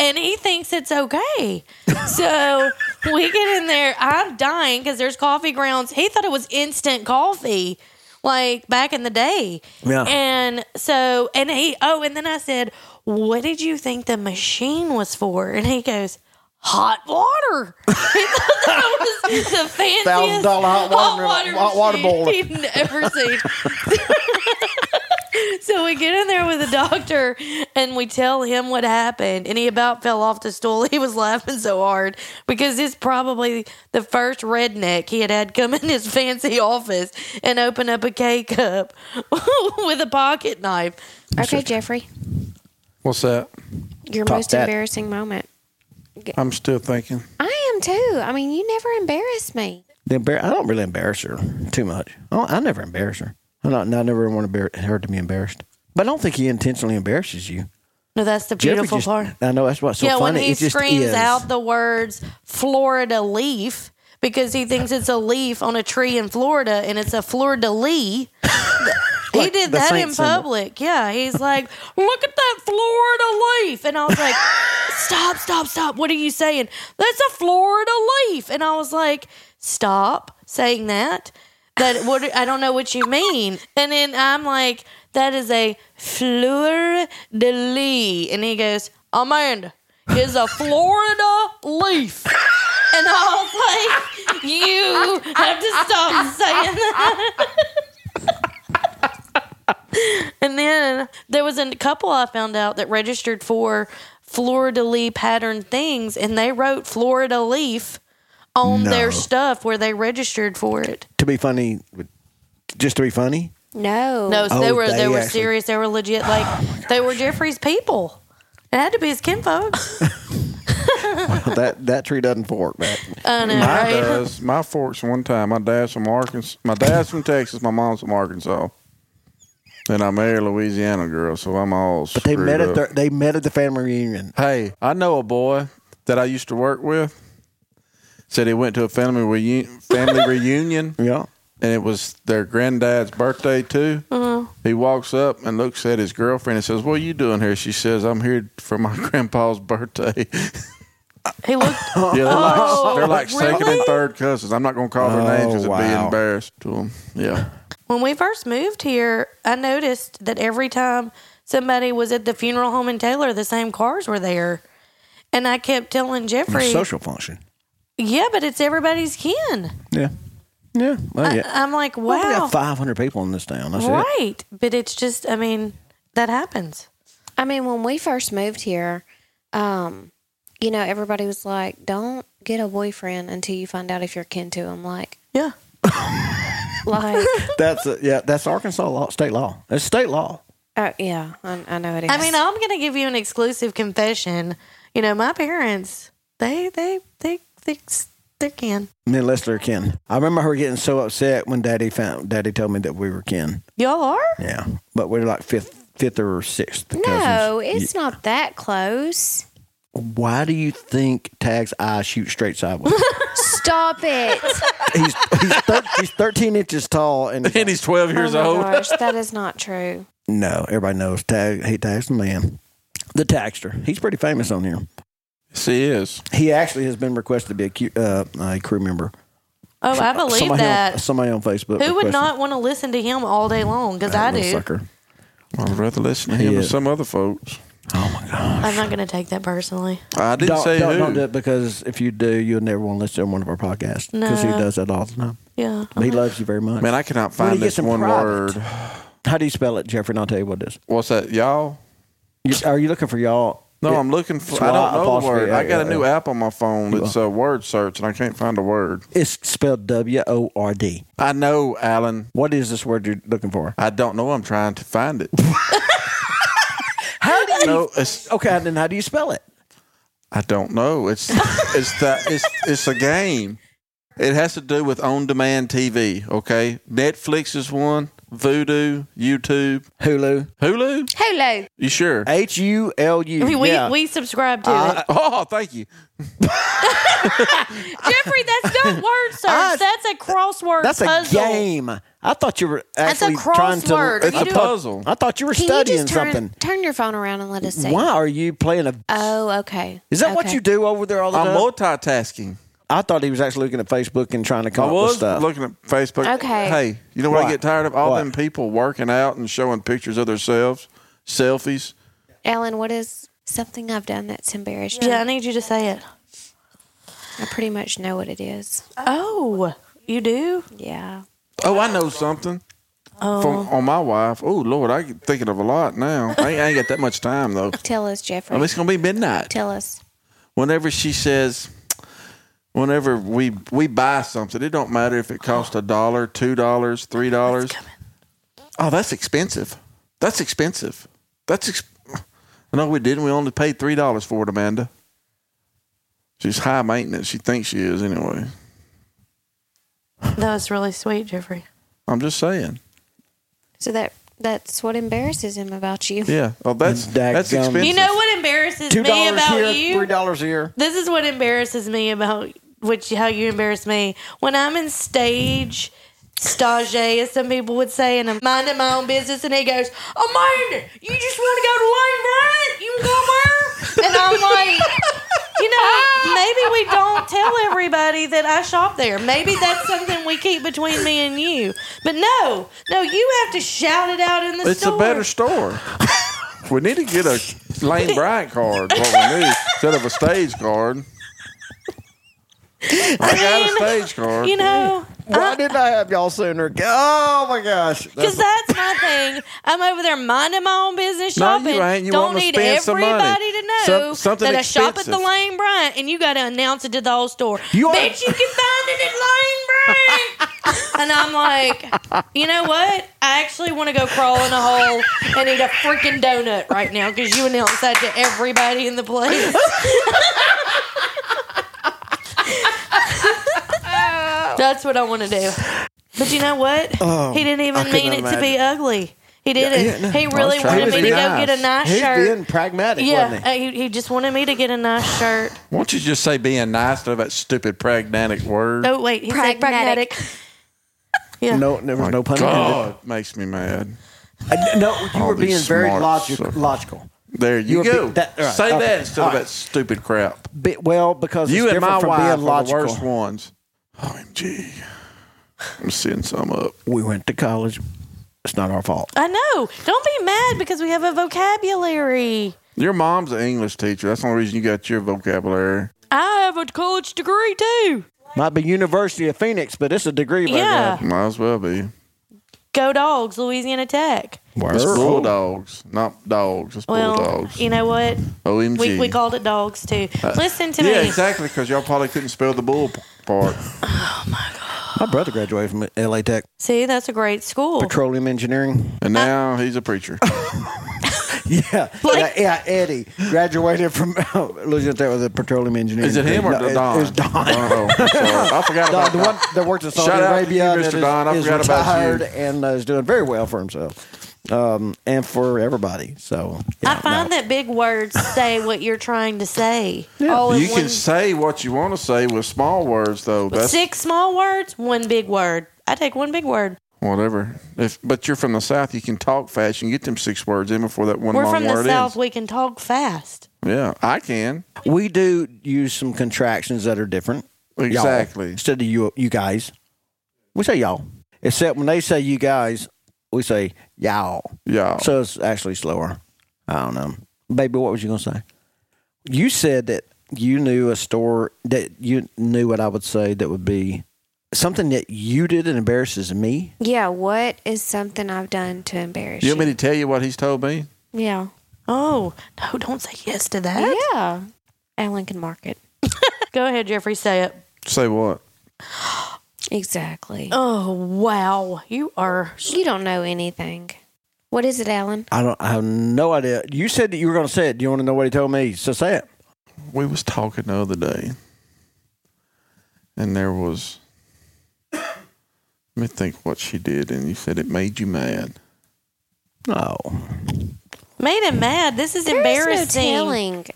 E: And he thinks it's okay. So we get in there. I'm dying because there's coffee grounds. He thought it was instant coffee, like back in the day.
C: Yeah.
E: And so, and he, oh, and then I said, What did you think the machine was for? And he goes, Hot water. He thought that was the fanciest
C: Thousand dollar hot water- hot water
E: machine
C: bowl.
E: he'd ever seen. so we get in there with the doctor and we tell him what happened and he about fell off the stool he was laughing so hard because it's probably the first redneck he had had come in his fancy office and open up a k cup with a pocket knife
D: okay, Jeffrey,
A: what's that?
D: your
C: Top
D: most
C: that.
D: embarrassing moment.
A: I'm still thinking.
D: I am too. I mean, you never embarrass me.
C: The embar- I don't really embarrass her too much. I, don't- I never embarrass her. I, don't, I never want to be, her to be embarrassed. But I don't think he intentionally embarrasses you.
E: No, that's the
C: Jeffrey
E: beautiful
C: just-
E: part.
C: I know that's what's so
E: yeah,
C: funny.
E: when he
C: it just
E: screams
C: is.
E: out the words Florida leaf because he thinks it's a leaf on a tree in Florida and it's a fleur de lis. he did
C: the
E: that
C: saint
E: in
C: symbol.
E: public. Yeah, he's like, look at that Florida leaf. And I was like, stop, stop, stop. What are you saying? That's a Florida leaf. And I was like, stop saying that. That what I don't know what you mean. And then I'm like, that is a fleur de lis. And he goes, Amanda is a Florida leaf. And I was like, you have to stop saying that. And then there was a couple I found out that registered for Florida Lee pattern things, and they wrote Florida Leaf on their stuff where they registered for it.
C: To be funny, just to be funny.
D: No.
E: No, so
C: Oh,
E: they were they,
C: they
E: were
C: actually-
E: serious. They were legit. Like they were Jeffrey's people. It had to be his kinfolk.
C: that that tree doesn't fork. But
E: I know,
A: Mine
E: right?
A: does. My forks one time. My dad's from Arkansas. My dad's from Texas. My mom's from Arkansas. And I married a Louisiana girl, so I'm all. But
C: they met at their, they met at the family reunion.
A: Hey, I know a boy that I used to work with. Said he went to a family reu- family reunion,
C: Yeah.
A: and it was their granddad's birthday too.
D: Uh-huh.
A: He walks up and looks at his girlfriend and says, "What are you doing here?" She says, "I'm here for my grandpa's birthday."
E: He looked.
A: yeah, they're like they're like second
E: really?
A: and third cousins. I'm not going to call their names
C: Oh,
A: because it'd be
C: wow.
A: embarrassed to them. Yeah.
E: When we first moved here, I noticed that every time somebody was at the funeral home in Taylor, the same cars were there. And I kept telling Jeffrey,
C: Social function.
E: Yeah, but it's everybody's kin.
C: Yeah. Yeah. Well, yeah.
E: I'm like,
C: Well, we
E: Uh, wow,
C: got 500 people in this town. That's it.
E: right? But it's just, I mean, that happens.
D: I mean, when we first moved here, um, you know, everybody was like, "Don't get a boyfriend until you find out if you're kin to him." Like,
E: Yeah,
D: like,
C: That's uh yeah. That's Arkansas law, state law. It's state law.
D: oh yeah, I, I know it is.
E: I mean, I'm gonna give you an exclusive confession. You know, my parents, they, they, they, they, they can.
C: Unless they're kin. I remember her getting so upset when Daddy found Daddy told me that we were kin.
E: Y'all are.
C: Yeah, but we're like fifth, fifth or sixth.
D: no,
C: cousins.
D: it's not that close.
C: Why do you think Tag's eye shoots straight sideways?
D: Stop it!
C: he's he's, thir- he's thirteen inches tall, and
A: And he's 12 years
D: oh
A: old.
D: my gosh, that is not true.
C: no, everybody knows Tag. He Tag's the man, the Tagster. He's pretty famous on here.
A: Yes, he is.
C: He actually has been requested to be a, cu- uh, a crew member.
E: Oh, I believe
C: somebody On,
E: that.
C: somebody on Facebook.
E: Who would
C: requested-
E: not want to listen to him all day long? Because
C: That
E: I do.
C: little Sucker.
A: I'd rather listen to him
C: He
A: than
C: is.
A: some other folks.
C: Oh my god.
E: I'm not gonna take that personally.
A: I didn't
C: don't,
A: say
C: don't,
A: who.
C: don't do it because if you do, you'll never want to listen to one of our podcasts because he
E: No.
C: does that all the time.
E: Yeah.
C: He loves you very much.
A: Man, I cannot
C: When he
A: find
C: gets
A: this
C: in
A: one
C: private.
A: word.
C: How do you spell it, Jeffrey? And I'll tell you what it is.
A: What's that, y'all?
C: You- are you looking for y'all?
A: No,
C: It-
A: I'm looking for. I
C: Swa-
A: don't know the
C: apostrophe,
A: word.
C: yeah,
A: I got
C: yeah,
A: a new
C: yeah.
A: app on my phone. It's a word search, and I can't find a word.
C: It's spelled W O R D.
A: I know, Alan.
C: What is this word you're looking for?
A: I don't know. I'm trying to find it.
C: How do you?
A: no, Oh, it's.
C: Okay, then how do you spell it?
A: I don't know. It's. It's that. It's. It's a game. It has to do with on-demand TV. Okay, Netflix is one. Voodoo, YouTube,
C: Hulu.
A: Hulu.
D: Hello.
A: You sure?
C: H U L U.
E: We, we,
C: Yeah.
E: we subscribe to it.
A: Oh, thank you.
E: Jeffrey, that's not word search.
C: I-
E: that's a crossword
C: That's a
E: puzzle.
C: game. I thought you were
E: That's a
C: actually trying
E: crossword.
C: to.
A: It's
E: You
A: a
E: do-
A: puzzle.
C: I thought you were
D: Can
C: studying
D: you just turn,
C: something.
D: turn your phone around and let us see?
C: Why are you playing a?
D: Oh, okay.
C: is that what
D: Okay.
C: you do over there all the
A: I'm
C: time?
A: multitasking.
C: I thought he was actually looking at Facebook and trying to
A: I
C: come up with
A: was
C: stuff.
A: looking at Facebook.
D: Okay.
A: Hey, you know what,
C: What?
A: I get tired of? All
C: What?
A: them people working out and showing pictures of themselves, selfies.
D: Alan? What is something I've done that's embarrassed you?
E: Yeah, I need you to say it.
D: I pretty much know what it is.
E: Oh, you do?
D: Yeah.
A: Oh, I know something. From, on my wife. Oh Lord, I get thinking of a lot now. I ain't, I ain't got that much time though.
D: Tell us, Jeffrey.
A: Well, it's gonna be midnight.
D: Tell us.
A: Whenever she says, whenever we we buy something, it don't matter if it costs a dollar, two dollars, three dollars. Oh, that's expensive. That's expensive. That's ex- no, we didn't. We only paid three dollars for it, Amanda. She's high maintenance. She thinks she is anyway.
E: That was really sweet, Jeffrey.
A: I'm just saying.
D: So that that's what embarrasses him about you.
A: Yeah. Oh, that's
C: Dag
A: that's
C: gum.
A: expensive.
E: You know what embarrasses me about you?
C: dollars here.
E: This is what embarrasses me about which how you embarrass me when I'm in stage. Stage, as some people would say, and I'm minding my own business. And he goes, Amanda, you just want to go to Lane Bryant? You go there? And I'm like, you know, maybe we don't tell everybody that I shop there. Maybe that's something we keep between me and you. But no, no, you have to shout it out in the
A: It's
E: store.
A: a better store. we need to get a Lane Bryant card what we need, instead of a stage card. I got a stage card.
E: You know, uh,
C: Why didn't I have y'all sooner? Oh my gosh!
E: Because that's my thing. I'm over there minding my own business
A: No, you
E: shopping.
A: ain't. You
E: Don't
A: wanna
E: need
A: spend some money.
E: everybody to know
A: Some- something
E: that I shop at
A: expensive.
E: the Lane Bryant, and you got to announce it to the whole store.
C: You are-
E: Bitch, you can find it at Lane Bryant. and I'm like, you know what? I actually want to go crawl in a hole and eat a freaking donut right now because you announced that to everybody in the place. That's what I want to do. But you know what? he didn't even
A: couldn't
E: mean it to be ugly. He didn't. He really
A: I was trying
E: wanted
A: to
E: me
A: be
E: to go
A: nice.
E: get a nice
C: He's
E: shirt.
C: being pragmatic,
E: yeah,
C: wasn't
E: uh,
C: he?
E: he, he just wanted me to get a nice shirt.
A: Won't you just say being nice to that stupid pragmatic word?
E: Oh wait, he said
D: Pragmatic.
E: pragmatic. Yeah.
C: No, there was no pun
A: God, it makes me mad.
C: intended. Uh, No, you
A: All
C: were
A: these
C: being very
A: smart
C: logical.
A: suckers.
C: logical.
A: There you,
C: were
A: go.
C: be- that- all right,
A: Say
C: okay,
A: that instead
C: all
A: of
C: right.
A: that stupid crap.
C: Be, well, because
A: you
C: it's
A: and my
C: different from
A: wife are
C: being
A: the
C: logical.
A: worst ones. OMG. I'm setting some up.
C: we went to college. It's not our fault.
E: I know. Don't be mad because we have a vocabulary.
A: Your mom's an English teacher. That's the only reason you got your vocabulary.
E: I have a college degree too.
C: Might be University of Phoenix, but it's a degree. by
E: Yeah.
A: Might as well be.
E: Go Dogs, Louisiana Tech.
C: now.
A: It's
C: Word.
A: bulldogs, not dogs. It's
E: Well,
A: bulldogs.
E: you know what?
C: Oh,
A: OMG.
E: We, we called it dogs too. Listen to
A: yeah,
E: me.
A: exactly, because y'all probably couldn't spell the bull p- part.
C: My brother graduated from LA Tech
E: See, that's a great school.
C: Petroleum Engineering.
A: And
E: Uh,
A: now he's a preacher.
C: Yeah, yeah, yeah, Eddie graduated from Louisiana Tech with a petroleum engineer.
A: Is it him or
C: No,
A: the Don?
C: It, it's Don.
A: Oh, I'm sorry. I forgot
C: Don,
A: about
C: the
A: that.
C: one that works in Saudi
A: Shout out to
C: Arabia,
A: you,
C: and
A: Mr.
C: is-
A: Don. I
C: is
A: forgot about you.
C: retired and uh, is doing very well for himself, um, and for everybody. So yeah,
E: I find
C: no.
E: that big words say what you're trying to say. All in
A: You
E: one,
A: can say what you want to say with small words, though. That's
E: six small words, one big word. I take one big word.
A: whatever. If but you're from the south, you can talk fast. You can get them six words in before that one
E: We're
A: long
E: from the
A: word
E: south.
A: ends.
E: We can talk fast.
A: Yeah, I can.
C: we do use some contractions that are different. Y'all.
A: Exactly.
C: instead of you, you guys, we say y'all. Except when they say you guys, we say y'all.
A: Yeah.
C: So it's actually slower. I don't know. Baby, what was you going to say? You said that you knew a store that you knew what I would say that would be something that you did and embarrasses me.
D: Yeah, what is something I've done to embarrass
A: you
D: you?
A: want me to tell you what he's told me?
D: yeah.
E: Oh no! Don't say yes to that.
D: Yeah. At Lincoln Market.
E: Go ahead, Jeffrey. Say it.
A: Say what?
D: Exactly.
E: Oh wow! You are.
D: You don't know anything. What is it, Alan?
C: I don't I have no idea. You said that you were going to say it. Do you want to know what he told me? So say it.
A: We was talking the other day, and there was. Let me think what she did, and you said it made you mad.
C: No.
E: Made him mad. This is
D: There's no
E: embarrassing.
D: telling.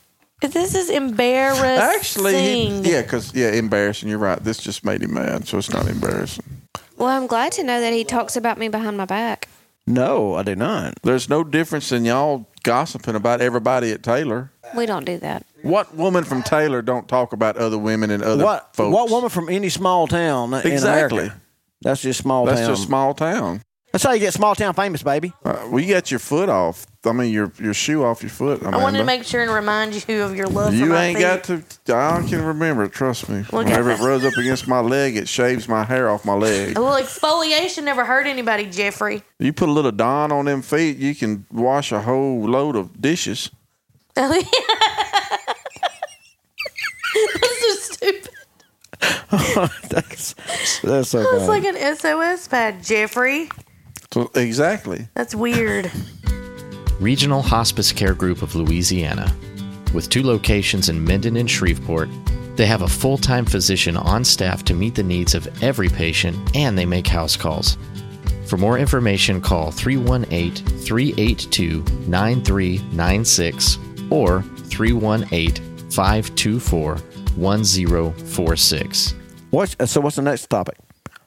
E: this is embarrassing.
A: Actually, he, yeah, because yeah, embarrassing. You're right. This just made him mad, so it's not embarrassing.
D: Well, I'm glad to know that he talks about me behind my back.
C: No, I did not.
A: There's no difference in y'all gossiping about everybody at Taylor.
D: We don't do that.
A: What woman from Taylor don't talk about other women and other
C: what
A: folks?
C: what woman from any small town in
A: Exactly.
C: America? That's just small
A: That's
C: town.
A: just small town.
C: That's how you get small town famous, baby.
A: Uh, well, you got your foot off. I mean, your your shoe off your foot. Amanda.
E: I wanted to make sure and remind you of your love. for
A: You
E: my
A: ain't
E: feet.
A: got to. I can remember. it, Trust me.
E: Look at
A: Whenever it
E: that. Oh.
A: rubs up against my leg, it shaves my hair off my leg.
E: Well, exfoliation never hurt anybody, Jeffrey.
A: You put a little Dawn on them feet, you can wash a whole load of dishes.
E: This is stupid.
C: that's that's so
E: It's
C: bad.
E: like an SOS pad, Jeffrey.
A: So, exactly.
E: That's weird.
H: Regional Hospice Care Group of Louisiana, with two locations in Minden and Shreveport, They have a full time physician on staff to meet the needs of every patient, and they make house calls. For more information, call 318 382 9396 or 318 524 1046.
C: What's, so what's the next topic?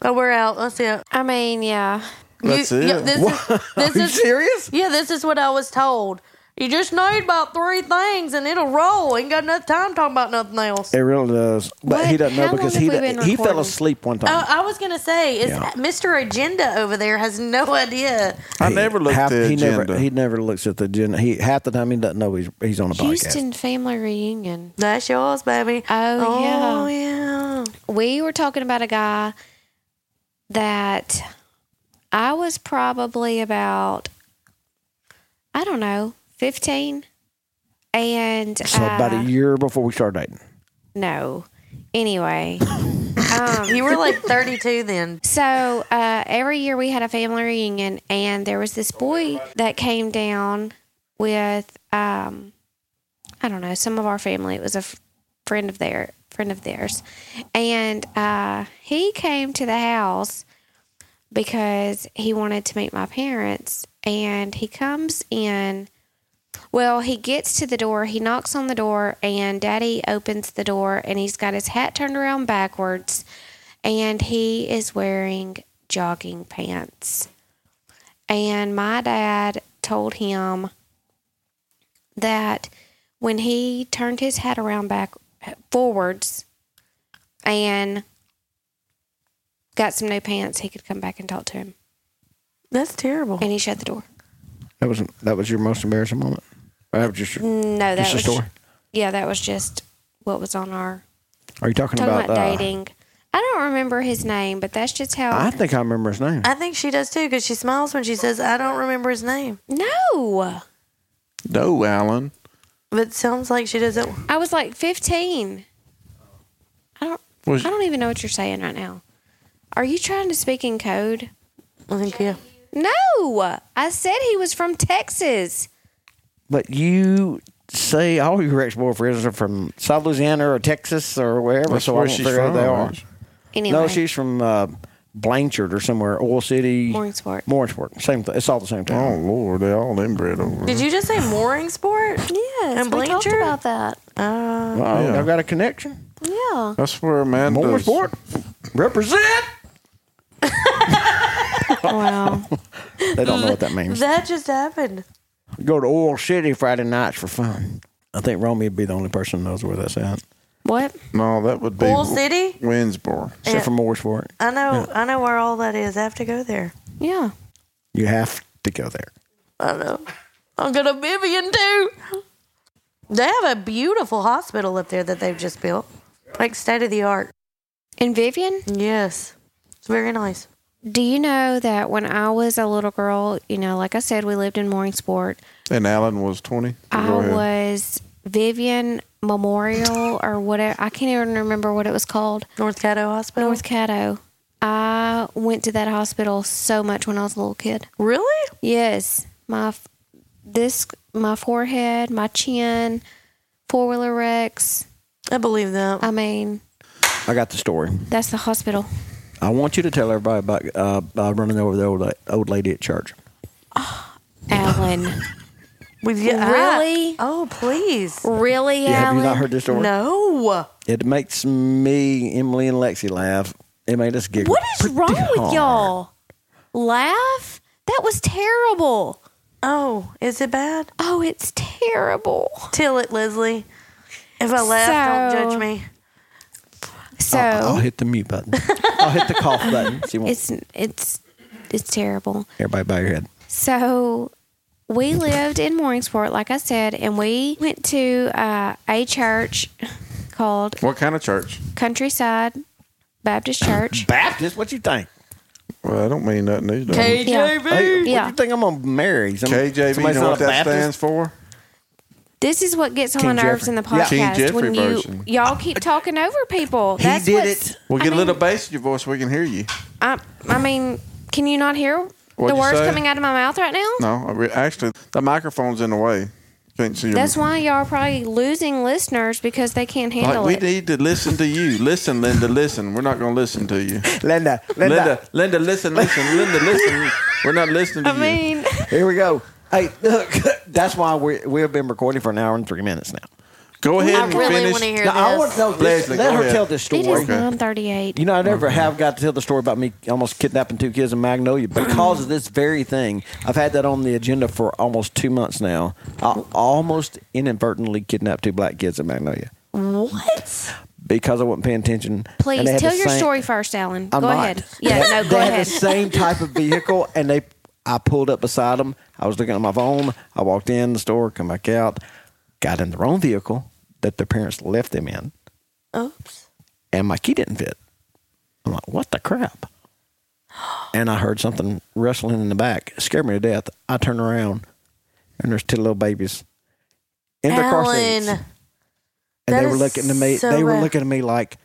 E: Oh, we're out. Let's see.
D: I mean, yeah.
A: That's it.
E: Yeah, this is, this
C: Are you
E: is-
C: serious?
E: Yeah, this is what I was told. You just need about three things and it'll roll. Ain't got enough time talking about nothing else.
C: It really does, but
D: What?
C: he doesn't
D: How
C: know
D: long
C: because
D: have
C: he
D: we been
C: he fell
D: recording?
C: asleep one
E: Oh,
C: time.
E: I was gonna say, is
C: Yeah.
E: Mr. Agenda over there has no idea.
A: I
C: He-
A: never looked at the
C: he Never,
A: agenda.
C: he never looks at the agenda. He half the time he doesn't know he's he's on a
D: Houston family reunion.
E: That's yours, baby.
D: Oh, yeah.
E: Oh yeah.
D: we were talking about a guy that I was probably about, I don't know, 15. And
C: podcast. So about
D: uh,
C: a year before we started dating.
D: no. Anyway, um,
E: You were like 32 then.
D: so uh, every year we had a family reunion, and there was this boy that came down with, um, I don't know, some of our family. It was a f- friend of their friend of theirs, and uh, he came to the house because he wanted to meet my parents, and he comes in. Well, he gets to the door, he knocks on the door, and daddy opens the door, and he's got his hat turned around backwards, and he is wearing jogging pants. And my dad told him that when he turned his hat around back forwards and got some new pants, he could come back and talk to him.
E: That's terrible.
D: And he shut the door.
C: That was that was your most embarrassing moment. Or that was just your-
D: No, that
C: just a
D: was
C: story.
D: yeah, that was just what was on our
C: Are you talking,
D: talking about,
C: uh,
D: dating. I don't remember his name, but that's just how.
C: I think I remember his name.
E: I think she does too because she smiles when she says, I don't remember his name.
D: no,
A: No, Alan.
E: But it sounds like she doesn't.
D: I was like fifteen. I don't.
A: Was-
D: I don't even know what you're saying right now. Are you trying to speak in code?
E: I think, yeah.
D: No, I said he was from Texas.
C: But you say all your ex boyfriends are from South Louisiana or Texas or wherever,
A: That's
C: so
A: where
C: I don't
A: she's
C: figure out who they
A: from,
C: are.
A: right?
D: Anyway,
C: No, she's from uh, Blanchard or somewhere, Oil City,
D: Morningsport.
C: Morningsport. Same thing. It's all the same
A: Oh
C: town.
A: Lord, they all inbred over. there.
E: Did you just say mooring sport?
D: Yes,
E: And
D: we talked
E: Blanchard?
D: about that.
E: Uh,
C: Wow,
A: Yeah.
C: I've got a connection.
D: Yeah,
A: That's where Amanda.
C: Morningsport, represent.
D: wow.
C: They don't know what that means.
E: that just happened.
C: Go to Oil City Friday nights for fun. I think Romy would be the only person who knows where that's at,
D: what?
A: No, that would be
E: Oil City?
A: Winsboro.
C: except
E: Yeah.
C: for Morrisburg.
E: I know, I know where all that is. I have to go there.
D: Yeah.
C: You have to go there.
E: I know. I'm gonna Vivian too. They have a beautiful hospital up there that they've just built, like state of the art.
D: And Vivian,
E: Yes, it's very nice.
D: do you know that when I was a little girl, you know, like I said, we lived in Morningsport.
A: And Alan was twenty.
D: I was Vivian Memorial or whatever. I can't even remember what it was called.
E: North Caddo Hospital.
D: North Caddo. I went to that hospital so much when I was a little kid.
E: really?
D: Yes, my f- this my forehead, my chin, four wheeler wrecks.
E: I believe that.
D: I mean,
C: I got the story.
D: that's the hospital.
C: I want you to tell everybody about uh, uh, running over the old la- old lady at church.
D: Alan,
E: With you,
D: Really?
E: oh, please.
D: really,
C: Have
D: Alan?
C: you not heard this story?
E: No.
C: It makes me, Emily, and Lexi laugh. It made us giggle.
D: What is
C: pretty
D: wrong with
C: hard.
D: y'all? Laugh? That was terrible.
E: Oh, is it bad?
D: Oh, it's terrible.
E: Till it, Leslie. If I laugh,
D: So-
E: don't judge me.
D: So
C: I'll, I'll hit the mute button. I'll hit the cough button. She won't.
D: it's it's it's terrible.
C: Everybody bow your head.
D: So we lived in Morningsport, like I said, and we went to uh, a church called
A: What kind of church?
D: Countryside Baptist Church.
C: Baptist, what you think?
A: Well, I don't mean nothing these days.
C: Hey, What
D: Yeah.
C: you think I'm gonna marry? Some,
A: KJV, you
C: somebody's
A: know
C: not
A: what
C: a
A: that
C: Baptist?
A: stands for?
D: This is what gets on
C: King
D: my nerves
C: Jeffrey.
D: in the
C: Yeah.
D: podcast
A: King Jeffrey
D: when you
A: version.
D: y'all keep talking over people.
C: He
D: That's
C: did
D: what's-
C: it.
A: Well,
D: I
A: get a
D: mean,
A: little bass in your voice. so We can hear you.
D: I, I mean, can you not hear
A: What'd
D: the
A: you
D: words
A: say?
D: coming out of my mouth right now?
A: No, I re- actually, the microphone's in the way. Can't see 'em.
D: That's why y'all are probably losing listeners because they can't handle
A: Like, we
D: it.
A: need to listen to you. Listen, Linda, listen. We're not going to listen to you.
C: Linda, Linda,
A: Linda, Linda, listen, listen, Linda, listen. We're not listening to
D: I mean,
C: Here we go. Hey, look, that's why we we have been recording for an hour and three minutes now.
A: you. Go ahead
E: I
A: and
E: really
A: finish.
E: want to hear
C: Now, I want
E: this.
C: to know. This,
A: Leslie,
C: let
A: go
C: her
A: ahead.
C: tell this
D: it
C: story.
D: is nine thirty-eight.
C: You know, I never have got to tell the story about me almost kidnapping two kids in Magnolia because of this very thing. I've had that on the agenda for almost two months now. I almost inadvertently kidnapped two black kids in Magnolia
E: What?
C: because I wasn't paying attention. and they
D: Please
C: had
D: tell
C: the
D: your
C: same-
D: story first, Alan.
C: I'm
D: go
C: not.
D: ahead. Yeah,
C: They-
D: no, go
C: they
D: ahead.
C: had the same type of vehicle, and they, I pulled up beside them. I was looking at my phone. I walked in the store, come back out, got in their own vehicle that their parents left them in,
E: Oops.
C: and my key didn't fit. I'm like, what the crap? And I heard something rustling in the back. It scared me to death. I turn around, and there's two little babies in their car seats,
E: Alan,
C: and
E: that
C: they were
E: is
C: looking at me.
E: so
C: they were
E: bad.
C: looking at me like,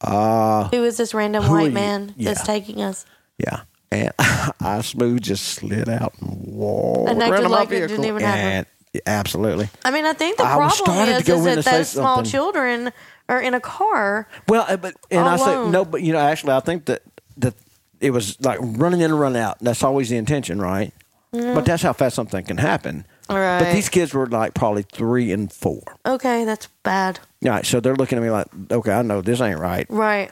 C: uh,
E: who is this random
C: Who are
E: white
C: you?
E: man that's
C: Yeah.
E: taking us?
C: Yeah. And I smooth just slid out and walked
E: And acted
C: around
E: like
C: my
E: it didn't
C: vehicle.
E: even happen.
C: and, yeah, absolutely.
E: I mean, I think the
C: I was
E: problem
C: starting to
E: is,
C: go
E: is
C: in
E: that
C: to say
E: those small
C: something.
E: children are in a car.
C: Well, uh, but and I
E: Alone.
C: say no, but you know, actually, I think that that it was like running in and run out. That's always the intention, right? But that's how fast something can happen. But
E: Mm-hmm. Right.
C: these kids were like probably three and four.
E: Okay, that's bad.
C: All right, so they're looking at me like, okay, I know this ain't right,
E: Right.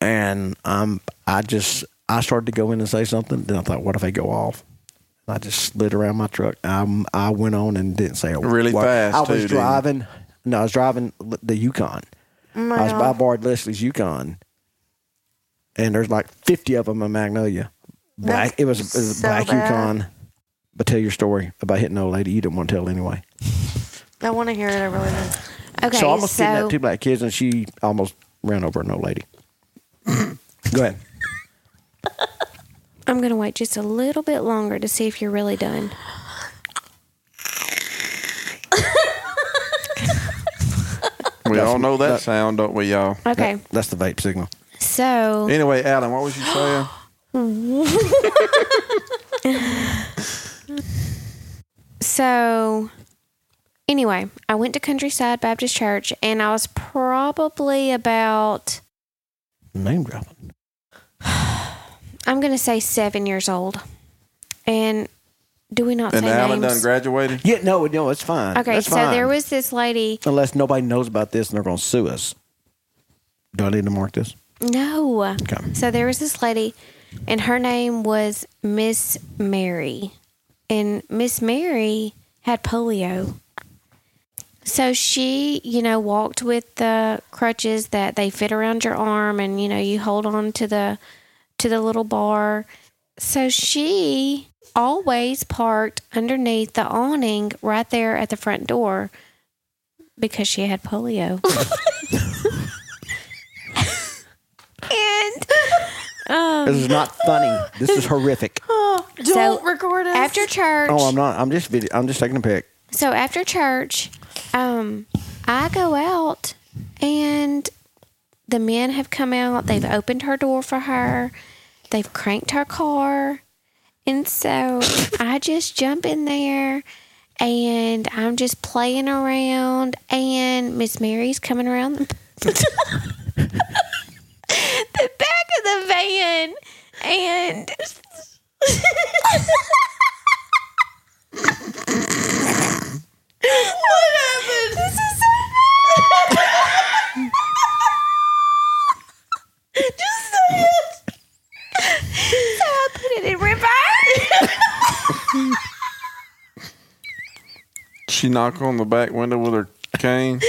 C: and um, I just I started to go in and say something. Then I thought, what if they go off? And I just slid around my truck. Um, I went on and didn't say a
A: Really
C: word.
A: fast,
C: I
A: too,
C: was
A: didn't you?
C: driving. No, I was driving the Yukon. I was I borrowed Leslie's Yukon, and there's like fifty of them in Magnolia. Black.
E: That's
C: It was, it was a
E: so
C: black
E: bad.
C: Yukon. But tell your story about hitting an old lady. You didn't want to tell anyway.
E: I want to hear it. I really do.
D: okay,
C: so I
D: so,
C: almost kidnapped two black kids, and she almost ran over an old lady. Go ahead.
D: I'm gonna wait just a little bit longer to see if you're really done.
A: you. We all know that sound, don't we, y'all?
D: Okay,
C: That's the vape signal.
D: so
A: Anyway, Alan, what was you saying?
D: So, anyway, I went to Countryside Baptist Church and I was probably about,
C: Name dropping.
D: I'm going to say seven years old. And do we not
A: And
D: say
A: Alan done
D: names?
A: graduated?
C: Yeah, no, no, it's fine.
D: okay,
C: That's
D: so
C: fine.
D: there was this lady.
C: unless nobody knows about this and they're going to sue us. Do I need to mark this?
D: No.
C: Okay.
D: So there was this lady and her name was Miss Mary. And Miss Mary had polio. So she, you know, walked with the crutches that they fit around your arm and you know, you hold on to the to the little bar. So she always parked underneath the awning right there at the front door because she had polio. and Um,
C: This is not funny. This is horrific.
E: Don't record us.
D: after church
C: Oh, I'm not. I'm just video. I'm just taking a pic.
D: so after church um i go out and the men have come out they've opened her door for her they've cranked her car and so i just jump in there and i'm just playing around and miss mary's coming around the, the back of the van and This is so bad. Just say it. So I put it in reverse.
A: She knocked on the back window with her cane. no.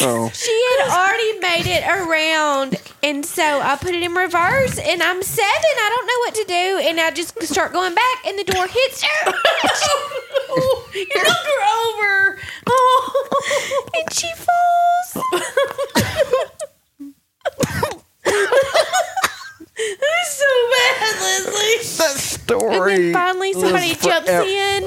A: Oh,
D: she had already made it around, and so I put it in reverse. And I'm seven. I don't know what to do, and I just start going back, and the door hits her. you knock her over, and she falls.
E: so bad, Leslie.
C: That
D: And
C: story.
D: then finally somebody jumps
C: forever.
D: in.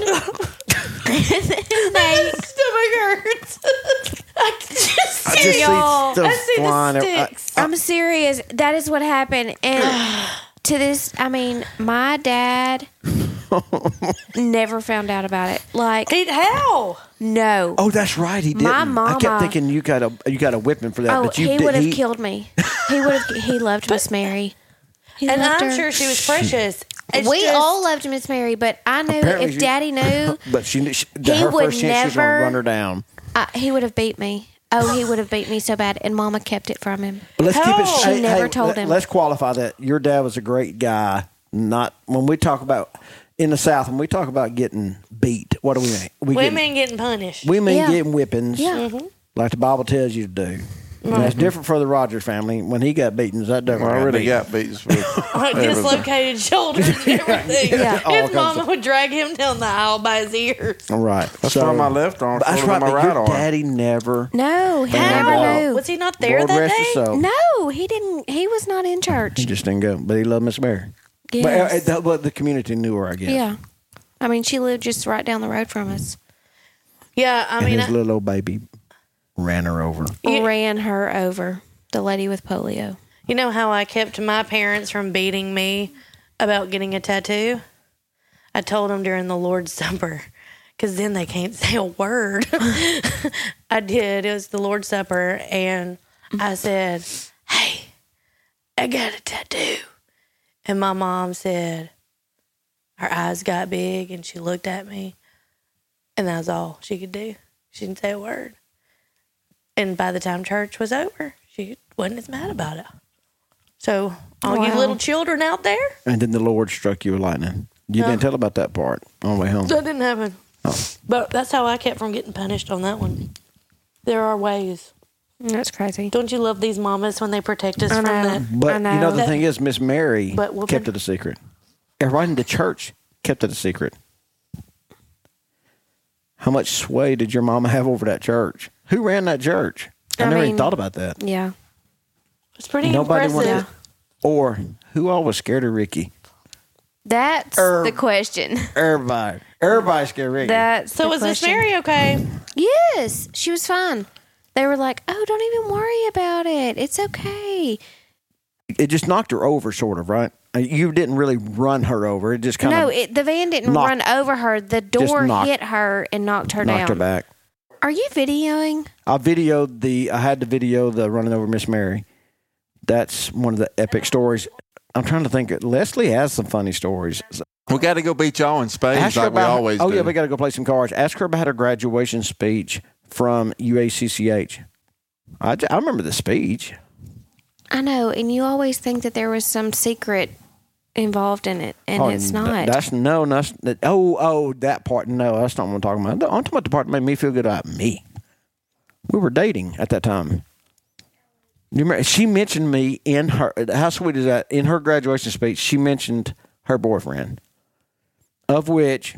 D: and they
E: Stomach hurts. I just
C: I just see
D: y'all.
C: stuff
E: I see the
C: flying. I-
E: sticks.
C: I-
D: I'm serious. That is what happened. And to this, I mean, my dad Never found out about it. Like,
E: Eat hell.
D: no.
C: Oh, that's right. He did.
D: My
C: I
D: mama-
C: kept thinking you got a you got a whipping for that,
D: Oh,
C: but you
D: he
C: did.
D: would have
C: he-
D: killed me. He would have. He loved Miss Mary. He
E: And
D: loved
E: I'm
D: her.
E: sure she was precious. It's
D: we
E: just-
D: all loved Miss Mary, but I knew
C: Apparently
D: if
C: you-
D: Daddy knew,
C: But she, knew- she
D: He
C: her
D: would
C: first chance she was gonna
D: never-
C: run her down.
D: I, he would have beat me. Oh, he would have beat me so bad, and Mama kept it from him.
C: But let's keep it.
E: She
C: hey,
D: never
C: hey,
D: told
C: let,
D: him.
C: Let's qualify that. Your dad was a great guy. Not when we talk about in the South when we talk about getting beat. What do we mean? We
E: women
C: Getting,
E: getting punished.
C: we mean
D: Yeah.
C: getting whippings.
D: Yeah.
C: Like the Bible tells you to do. And that's different for the Rogers family. When he got beaten, is that different?
A: Well, I already
C: beat?
A: got beats with
E: Like dislocated shoulders and everything.
D: Yeah.
C: All
E: His
C: kinds
E: mama
C: of-
E: would drag him down the aisle by his ears.
C: All right.
A: That's why my left arm
C: But That's
A: shorter
C: right.
A: than my
C: But
A: right
C: your
A: arm.
C: daddy never.
D: No, he
C: Wow.
D: never knew.
E: Was he not there
C: Lord
E: that
C: rest his
E: day?
C: soul.
D: No, he didn't. He was not in
C: He
D: church.
C: just didn't go. But he loved Miss Mary.
D: Yes.
C: But, uh, the, but the community knew her, I guess.
D: Yeah. I mean, she lived just right down the road from us.
E: Yeah, I
C: And
E: mean,
C: his little old baby ran her over.
E: You-
D: Ran her over, the lady with polio.
E: you know how I kept my parents from beating me about getting a tattoo? I told them during the Lord's Supper because then they can't say a word. I did. It was the Lord's Supper. And I said, Hey, I got a tattoo. And my mom said, Her eyes got big and she looked at me. And that was all she could do. She didn't say a word. And by the time church was over, she wasn't as mad about it. So, all you
D: Wow.
E: little children out there,
C: And then the Lord struck you with lightning. You didn't tell about that part on the way home.
E: that didn't happen. But that's how I kept from getting punished on that one. There are ways.
D: That's crazy.
E: Don't you love these mamas when they protect us
D: I
E: from
D: know.
E: that?
C: But
D: I
C: you know
D: know.
C: the thing is, Miss Mary
E: But whooping.
C: kept it a secret. Everybody in the church kept it a secret. How much sway did your mama have over that church? Who ran that church? I,
D: I
C: never even
D: mean-
C: thought about that.
D: Yeah.
E: It's pretty
C: Nobody wanted.
E: impressive.
C: Or who all was scared of Ricky?
I: That's
C: Er-
I: the question.
C: Everybody. Everybody scared of Ricky.
I: That's
E: So,
I: the
E: was Miss
I: question.
E: Mary okay?
D: Yes, she was fine. They were like, "Oh, don't even worry about it. It's okay."
C: it just knocked her over, sort of, right? Uh, You didn't really run her over. It just kind
D: no,
C: of
D: it, the van didn't
C: knocked-
D: run over her. The door
C: knocked-
D: hit her and knocked her
C: knocked
D: down.
C: her back.
D: Are you videoing?
C: I videoed the. I had the video the running over Miss Mary. That's one of the epic stories. I'm trying to think. Leslie has some funny stories.
A: We got to go beat y'all in spades like we
C: about. her-
A: always
C: oh
A: do.
C: yeah, we got to go play some cards. Ask her about her graduation speech from UACCH. I, j- I remember the speech.
D: I know, and you always think that there was some secret involved in it, and
C: Oh,
D: it's
C: th-
D: not.
C: that's no. That's that, oh oh that part. No, that's not what I'm talking about. I'm talking about the part that made me feel good about me. We were dating at that time. You remember, she mentioned me in her. How sweet is that? In her graduation speech, she mentioned her boyfriend, of which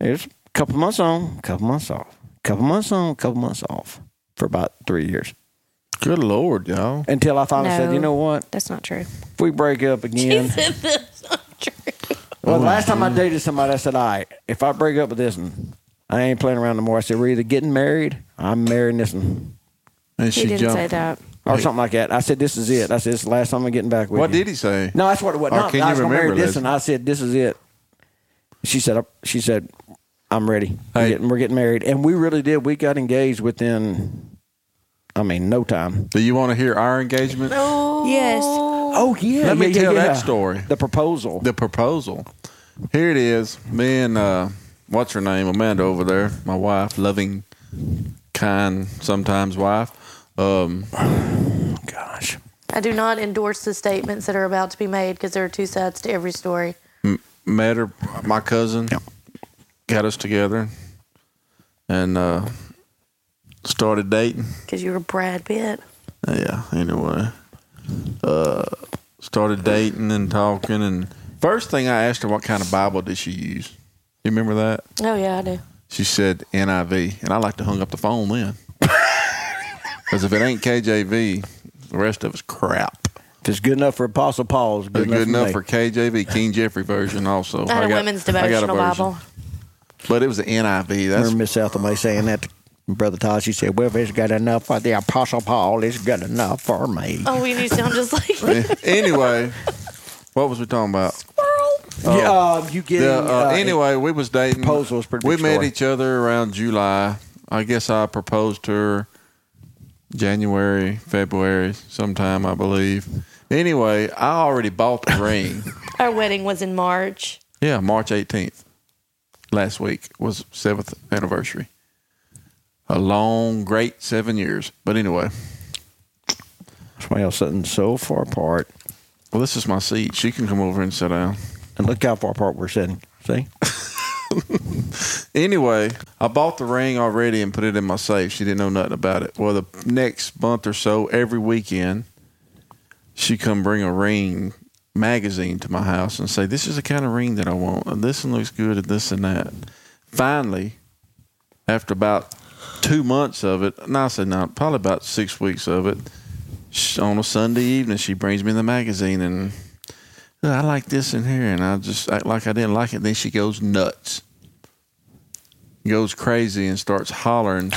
C: there's a couple months on, couple months off, couple months on, couple months off for about three years
A: Good lord, y'all.
C: until I finally said,
D: No.
C: you know what?
D: That's not true.
C: If we break up again, Well, the last time I dated somebody, I said, "All right, if I break up with this one, I ain't playing around no more." I said, "We're either getting married, or I'm marrying this one,
A: And
D: He
A: she
D: didn't
A: jumped.
D: say that.
C: or something like that." I said, "This is it." I said, "This is the last time I'm getting back with
A: What
C: you."
A: did he say?
C: No, that's what it was.
A: Or
C: Not,
A: can
C: I
A: you
C: was gonna
A: remember
C: marry this
A: this?
C: one. I said, "This is it." She said, "She said, I'm ready. We're,
A: Hey.
C: getting, we're getting married," and we really did. We got engaged within, I mean, no time.
A: Do you want to hear our engagement?
D: Yes.
C: Oh yeah,
A: Let me
C: yeah, yeah,
A: tell that
C: yeah.
A: story.
C: The proposal.
A: The proposal. Here it is. Me and uh, what's her name, Amanda over there, my wife, loving, kind, sometimes wife. Um,
C: Gosh,
E: I do not endorse the statements that are about to be made because there are two sides to every story.
A: met her, my cousin, got us together, and uh, started dating.
E: Because you were Brad Pitt.
A: Yeah. Anyway, uh, started dating and talking, and first thing I asked her, what kind of Bible did she use? You remember that?
E: Oh, yeah, I do.
A: She said NIV, and I like to hung up the phone then, because if it ain't KJV, the rest of it's crap.
C: if it's good enough for Apostle Paul's, good,
A: It's good enough
C: me.
A: for KJV, King Jeffrey version also.
E: I had a
A: got-
E: women's
A: I got a
E: devotional
A: version.
E: Bible.
A: but it was the NIV. That's
C: remember Miss Ethelmay saying that to Brother Todd. She said, Well, if it's good enough for the Apostle Paul, it's good enough for me.
E: Oh, we do sound just like
A: anyway, what was we talking about? Oh,
C: Yeah, uh, you getting
A: The, uh,
C: uh,
A: anyway, we was dating.
C: proposal was pretty
A: We
C: big
A: met
C: story.
A: each other around July. I guess I proposed to her January, February, sometime I believe. Anyway, I already bought the ring.
E: Our wedding was in March.
A: Yeah, March 18th. Last week was 7th anniversary. A long, great seven years. But anyway,
C: Somebody else sitting so far apart,
A: well, this is my seat. She can come over and sit down.
C: and look how far apart we're sitting. See,
A: Anyway, I bought the ring already and put it in my safe. She didn't know nothing about it. Well, the next month or so, every weekend, she come bring a ring magazine to my house and say, "This is the kind of ring that I want, and this one looks good, and this and that." Finally, after about two months of it, and I said, "No, probably about six weeks of it." sh- On a Sunday evening, she brings me the magazine and. "Oh, I like this in here, and I just act like I didn't like it. Then she goes nuts goes crazy and starts hollering.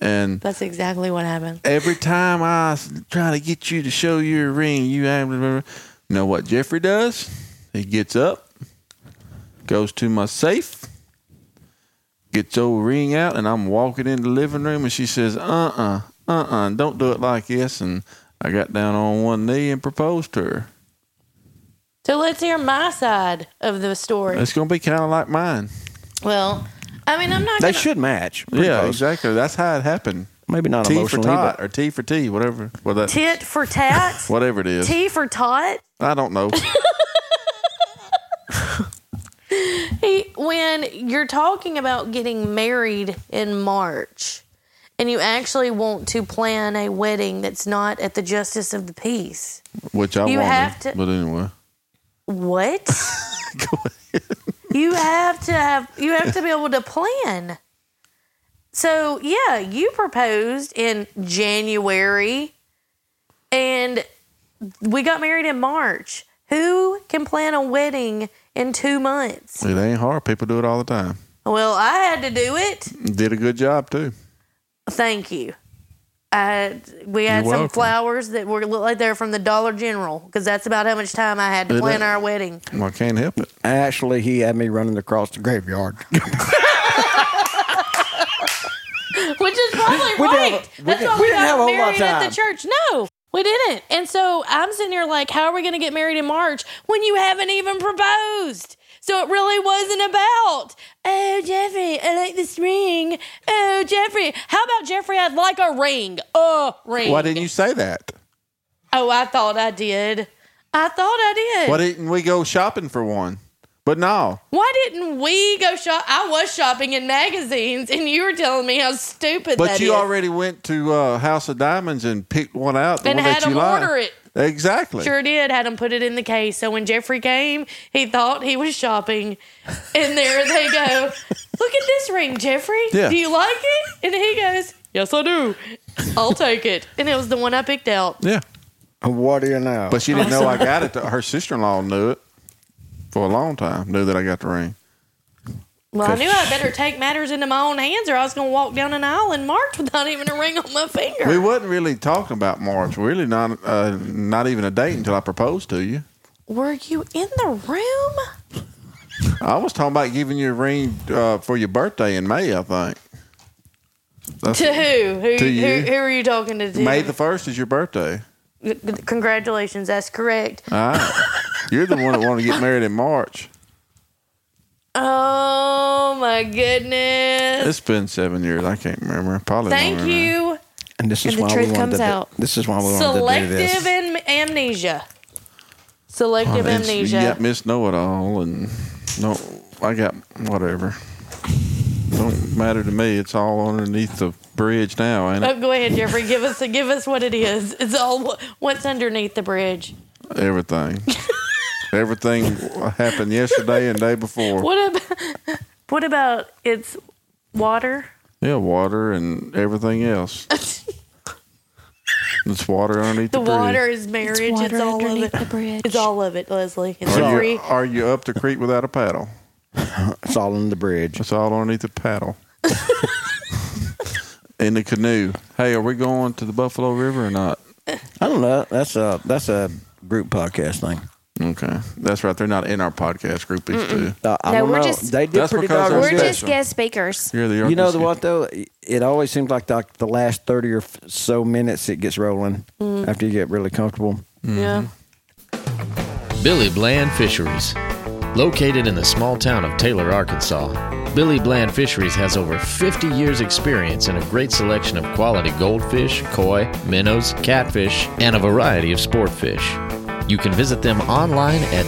A: And
E: That's exactly what happened.
A: every time I s- try to get you to show your ring, you have you know what Jeffrey does? He gets up, goes to my safe, gets old ring out, and I'm walking in the living room, and she says, "Uh uh-uh, uh, don't do it like this." And I got down on one knee and proposed to her.
E: So let's hear my side of the story.
A: It's gonna be kind of like mine.
E: well, I mean, I'm not.
C: they
E: Gonna,
C: should match. Pretty
A: Yeah,
C: close.
A: exactly. That's how it happened.
C: Maybe not
A: T for
C: emotionally,
A: tot
C: but
A: or T for T, whatever. Well, that,
E: tit for tat,
A: whatever it is.
E: T for tot.
A: I don't know.
E: He- When you're talking about getting married in March, and you actually want to plan a wedding that's not at the Justice of the Peace,
A: Which I
E: You
A: wanted.
E: have to-
A: But anyway,
E: what? you have to have you have to be able to plan. So yeah, you proposed in January and we got married in March. Who can plan a wedding in two months?
A: it ain't hard. People do it all the time.
E: Well, I had to do it.
A: Did a good job too.
E: Thank you. I, we had
A: You're
E: some
A: welcome.
E: flowers that were looked like they're from the Dollar General because that's about how much time I had to
A: Did
E: plan
A: they?
E: our wedding.
A: Well, I can't help it.
C: actually, he had me running across the graveyard.
E: Which is probably
C: We didn't
E: right.
C: have a- we didn't-
E: That's why
C: we
E: we,
C: didn't have
E: got
C: a whole lot of
E: married at the
C: time.
E: church. No, we didn't. And so I'm sitting here like, how are we going to get married in March when you haven't even proposed? So it really wasn't about, oh, Jeffrey, I like this ring. Oh, Jeffrey, how about Jeffrey? I'd like a ring. A ring.
A: Why didn't you say that?
E: Oh, I thought I did. I thought I did.
A: Why didn't we go shopping for one? But no,
E: Why didn't we go shop? I was shopping in magazines, and you were telling me how stupid
A: but
E: that
A: you
E: is.
A: already went to uh, House of Diamonds and picked one out. The
E: And
A: one
E: had
A: that you
E: them
A: liked.
E: order it.
A: Exactly.
E: Sure did. Had him put it in the case. So when Jeffrey came, he thought he was shopping, and there they go. Look at this ring, Jeffrey.
A: Yeah.
E: Do you like it? And he goes, "Yes, I do. I'll take it." And it was the one I picked out.
A: Yeah.
C: what do you know?
A: But she didn't know I got it. Her sister-in-law knew it for a long time. Knew that I got the ring.
E: Well, I knew I better take matters into my own hands, or I was going to walk down an aisle in March without even a ring on my finger.
A: We wasn't really talking about March. Really, not uh, not even a date until I proposed to you.
E: Were you in the room?
A: I was talking about giving you a ring uh, for your birthday in May, I think. That's
E: To who? Who,
A: To you.
E: who? who are you talking to?
A: May the 1st is your birthday.
E: Congratulations, that's correct.
A: All right. You're the one that wanted to get married in March.
E: Oh my goodness!
A: It's been seven years. I can't remember. Probably
E: Thank
A: longer than that.
E: you.
C: and this is
D: And the
C: why we
D: truth
C: wanted
D: comes
C: to do-
D: out.
C: This is why we wanted to do
E: Selective
C: this.
E: am- amnesia. Selective
A: It's- You
E: amnesia.
A: got Miss Know It All, and no, I got whatever. Don't matter to me. It's all underneath the bridge now, ain't it?
E: Oh, go ahead, Jeffrey. Give us give us what it is. It's all wha- what's underneath the bridge.
A: Everything. Everything happened yesterday and day before.
E: What about what about it's water?
A: Yeah, water and everything else. it's water underneath the,
E: The
A: bridge.
E: water is marriage. It's,
D: Water
E: all of
D: underneath
E: it.
D: the bridge.
E: It's all of it, Leslie. It's
A: Are
E: free.
A: you, are you up the creek without a paddle?
C: It's all in the bridge.
A: It's all underneath the paddle. In the canoe. Hey, are we going to the Buffalo River or not?
C: I don't know. That's a that's a group podcast thing.
A: Okay, that's right. They're not in our podcast group. These two.
C: Uh, I
D: No,
C: don't
D: we're
C: know.
D: just-
C: they did
A: That's
C: pretty
A: because
C: doggone
A: they're
D: We're
C: good.
D: just
A: special.
D: guest speakers.
A: You're the
C: You know the
A: orchestra.
C: what though? It always seems like the, the last thirty or f- so minutes it gets rolling
D: Mm.
C: after you get really comfortable.
A: Mm-hmm.
E: Yeah.
H: Billy Bland Fisheries. Located in the small town of Taylor, Arkansas, Billy Bland Fisheries has over 50 years' experience in a great selection of quality goldfish, koi, minnows, catfish, and a variety of sport fish. You can visit them online at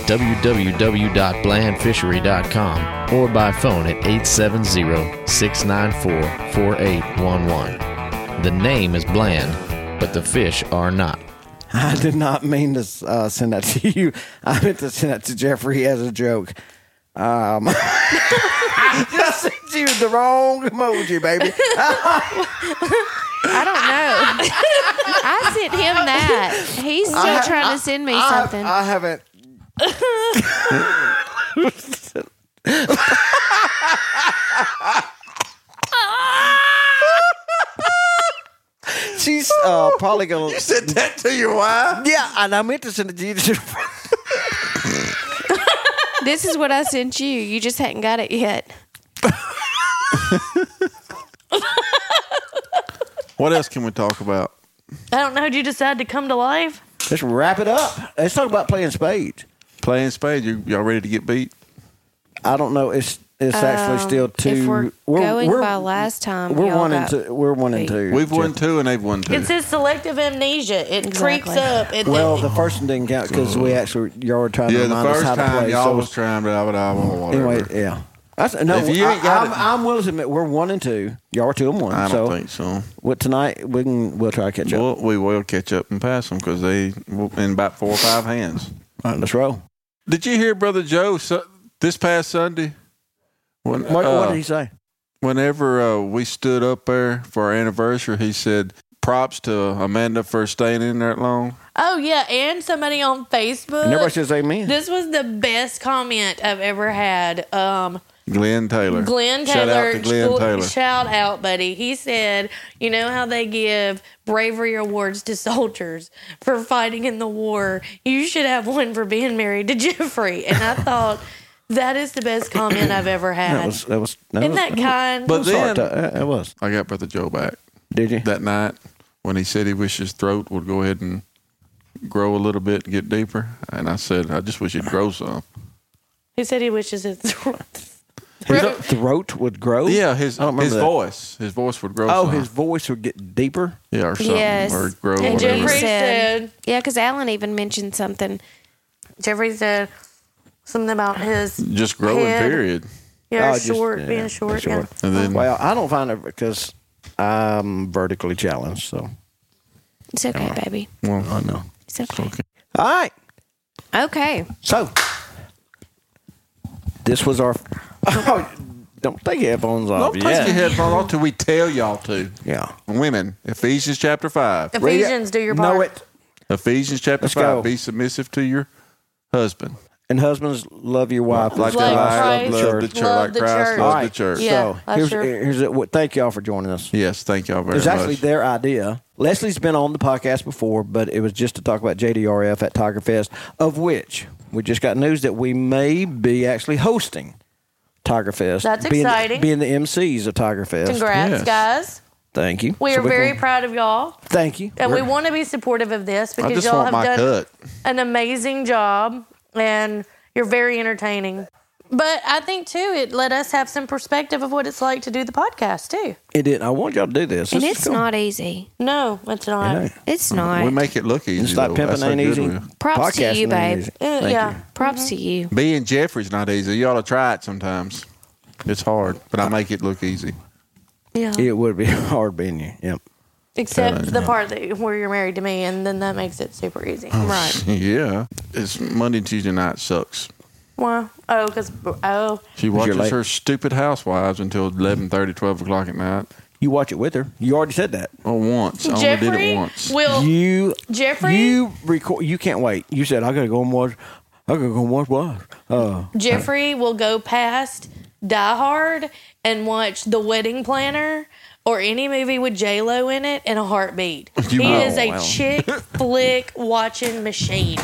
H: www.blandfishery.com or by phone at 870 694 4811. The name is Bland, but the fish are not.
C: I did not mean to uh, send that to you. I meant to send that to Jeffrey as a joke. Um, I just sent you the wrong emoji, baby.
D: I don't know. I sent him that. He's still trying to send me something.
C: I, I haven't. She's uh, probably gonna.
A: Said that to your wife.
C: Yeah, and I meant to send it to you.
D: this is what I sent you. You just hadn't got it yet.
A: What else can we talk about?
E: I don't know. Did you decide to come to life?
C: Let's wrap it up. Let's talk about playing spades.
A: Playing spades. You, y'all ready to get beat?
C: I don't know. It's it's actually still two.
D: Um, if we're, going by last time,
C: We're
D: y'all
C: one and
D: got-
C: two. We're one and
D: beat.
C: two.
A: We've won
C: Jeff.
A: two and they've won two.
E: It says selective amnesia. It creeps
D: Exactly.
E: up. It,
C: Well, the first one didn't count because we actually y'all were trying to
A: yeah, the
C: remind us
A: first
C: how to
A: time
C: play.
A: y'all
C: so
A: was trying, but I would, I would, whatever.
C: anyway, yeah. That's, no,
A: If you
C: I,
A: ain't got
C: am
A: it-
C: I'm willing to admit we're one and two. Y'all are two and one.
A: I don't
C: so
A: think so.
C: What tonight we can we'll try to catch up.
A: Well, we will catch up and pass them because they will- in about four or five hands.
C: All right, let's roll.
A: Did you hear Brother Joe su- this past Sunday? When,
C: What,
A: uh,
C: what did he say?
A: whenever uh, we stood up there for our anniversary, he said, "Props to Amanda for staying in there long."
E: oh yeah, and somebody on Facebook.
C: And everybody says amen.
E: This was the best comment I've ever had. Um,
A: Glenn Taylor.
E: Glenn Taylor.
A: Shout out to Glenn
E: gl-
A: Taylor.
E: Shout out, buddy. He said, you know how they give bravery awards to soldiers for fighting in the war? You should have one for being married to Jeffrey. And I thought, that is the best comment I've ever had.
C: That was that was. That
E: Isn't
C: was,
E: that kind?
A: But
C: was hard
A: then
C: to- uh, it was.
A: I got Brother Joe back
C: Did you?
A: that night when he said he wished his throat would go ahead and grow a little bit and get deeper. And I said, I just wish it'd grow some.
E: he said he wishes his throat.
C: his throat would grow.
A: Yeah, his
C: I don't remember
A: his
C: that.
A: voice, his voice would grow.
C: Oh,
A: some.
C: his voice would get deeper.
A: yeah, or something,
D: Yes.
A: or grow.
D: And
A: whatever.
D: Jeffrey-
E: Jeffrey
D: said-
E: said,
D: Yeah, because Alan even mentioned something.
E: Jeffrey said something about his
A: Just growing,
E: Head.
A: period.
E: yeah,
C: Oh, just-
E: short,
C: yeah,
E: being short.
C: short.
E: Yeah.
A: And then
C: Well, I don't find it because I'm vertically challenged, so
D: It's okay, baby.
C: I know.
D: It's okay.
C: All right.
D: Okay.
C: So this was our. Oh, don't take your headphones off.
A: don't take your headphones off till we tell y'all to.
C: yeah.
A: Women, Ephesians chapter five.
C: Read it.
E: Ephesians, do your part.
C: Know it.
A: Ephesians chapter
C: Let's
A: five.
C: go.
A: Be submissive to your husband,
C: And husbands, love your wife.
A: like
E: Like
A: Christ loved
E: Christ
A: the church, like
E: loved the
A: Christ
E: church.
C: All
A: loved
C: right.
A: the church.
E: Yeah.
C: so
E: that's
C: here's,
E: your-
C: here's a, what- thank y'all for joining us.
A: Yes, thank y'all
C: It
A: very
C: was actually
A: much.
C: their idea. Leslie's been on the podcast before, but it was just to talk about JDRF at Tiger Fest, of which we just got news that we may be actually hosting Tiger Fest.
E: That's
C: being,
E: exciting.
C: Being the MCs of Tiger Fest.
E: Congrats,
A: Yes.
E: guys.
C: Thank you.
E: We
C: So
E: are very
C: can-
E: proud of y'all.
C: Thank you.
E: And we
C: We're-
E: want to be supportive of this
A: I
E: because
A: just
E: y'all
A: want
E: have
A: my
E: done
A: cut.
E: an amazing job and you're very entertaining. But I think too, it let us have some perspective of what it's like to do the podcast too.
C: It did. I want y'all to do this.
D: And
C: This
D: it's
C: is cool.
D: not easy.
E: No, it's not.
C: You know,
D: It's not.
A: We make it look easy.
C: It's not
A: though.
C: pimping
A: That's how
C: ain't
A: good
C: easy.
A: we are.
D: Props to
C: Podcasting
D: you,
C: ain't
D: babe.
C: easy.
E: Uh,
C: Thank
E: yeah.
C: you.
D: Props to you.
A: Being Jeffrey's not easy. You ought to try it sometimes. It's hard, but I make it look easy.
E: Yeah.
C: It would be hard being you. Yep.
E: Except the part that where you're married to me and then that makes it super easy.
A: Oh,
E: right.
A: Yeah. It's Monday and Tuesday night sucks.
E: Well, oh, because, oh,
A: She
C: you're
A: watches
C: late.
A: her stupid housewives until 11, 12 o'clock at night.
C: You watch it with her. You already said that.
A: Or once. I only did it
E: Jeffrey
A: once.
E: will,
C: you
E: Jeffrey?
C: You record. You can't wait. You said I gotta go and watch. I gotta go and watch what? Uh,
E: Jeffrey will go past Die Hard and watch The Wedding Planner or any movie with J Lo in it in a heartbeat.
A: You
E: he
A: will.
E: is a
A: Wow.
E: chick flick watching machine.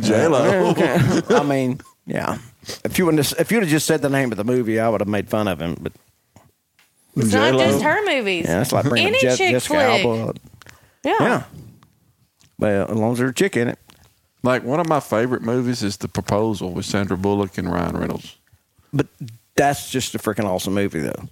A: J Lo.
C: Okay. I mean, yeah. If you wouldn't, have- if you'd have just said the name of the movie, I would have made fun of him. But
E: It's not just her movies.
C: yeah, it's like bringing
E: Any
C: Je-
E: chick
C: Jessica
E: flick.
C: Alba. up.
E: Yeah.
C: Yeah. Well, as long as there's a chick in it.
A: Like one of my favorite movies is The Proposal with Sandra Bullock and Ryan Reynolds.
C: But that's just a freaking awesome movie, though.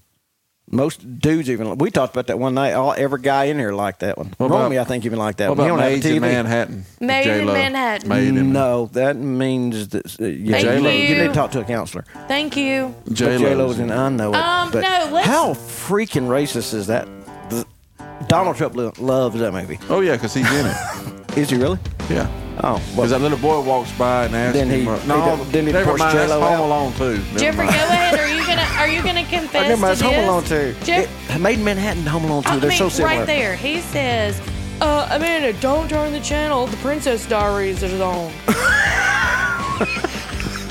C: Most dudes even we talked about that one night. All every guy in here liked that one.
A: What about-
C: Romy, I think, even liked that
A: What
C: one. He
A: about
C: don't
A: Made
C: have a
A: in
C: TV.
A: Manhattan? with
E: Made in
A: J-Lo?
E: Manhattan.
A: Made in
C: No, that means that uh, yeah,
E: Thank
C: J-Lo.
E: you.
C: You need to talk to a counselor.
E: Thank you.
C: J Lo was
A: J-Lo's
C: in. I know it.
E: Um,
C: but
E: no, let's-
C: how freaking racist is that? The- Donald Trump lo- loves that movie.
A: Oh yeah, because he's in it.
C: Is he really?
A: Yeah.
C: Oh,
A: Because
C: well,
A: that little boy walks by and asks
C: Then he-
A: him. uh, no,
C: he- then he
A: never
C: pours
A: mind. That's
C: J-Lo
A: Home
C: out.
A: Alone too. Never
E: Jeffrey, go
A: mind.
E: ahead. Are you gonna Are you gonna confess
C: I remember
E: to
C: it's Home
E: this?
C: Alone too.
E: Jeff-
C: it, Made in Manhattan, Home Alone too.
E: I
C: They're
E: mean,
C: so similar.
E: right there, he says, uh, "Amanda, don't turn the channel. The Princess Diaries is on."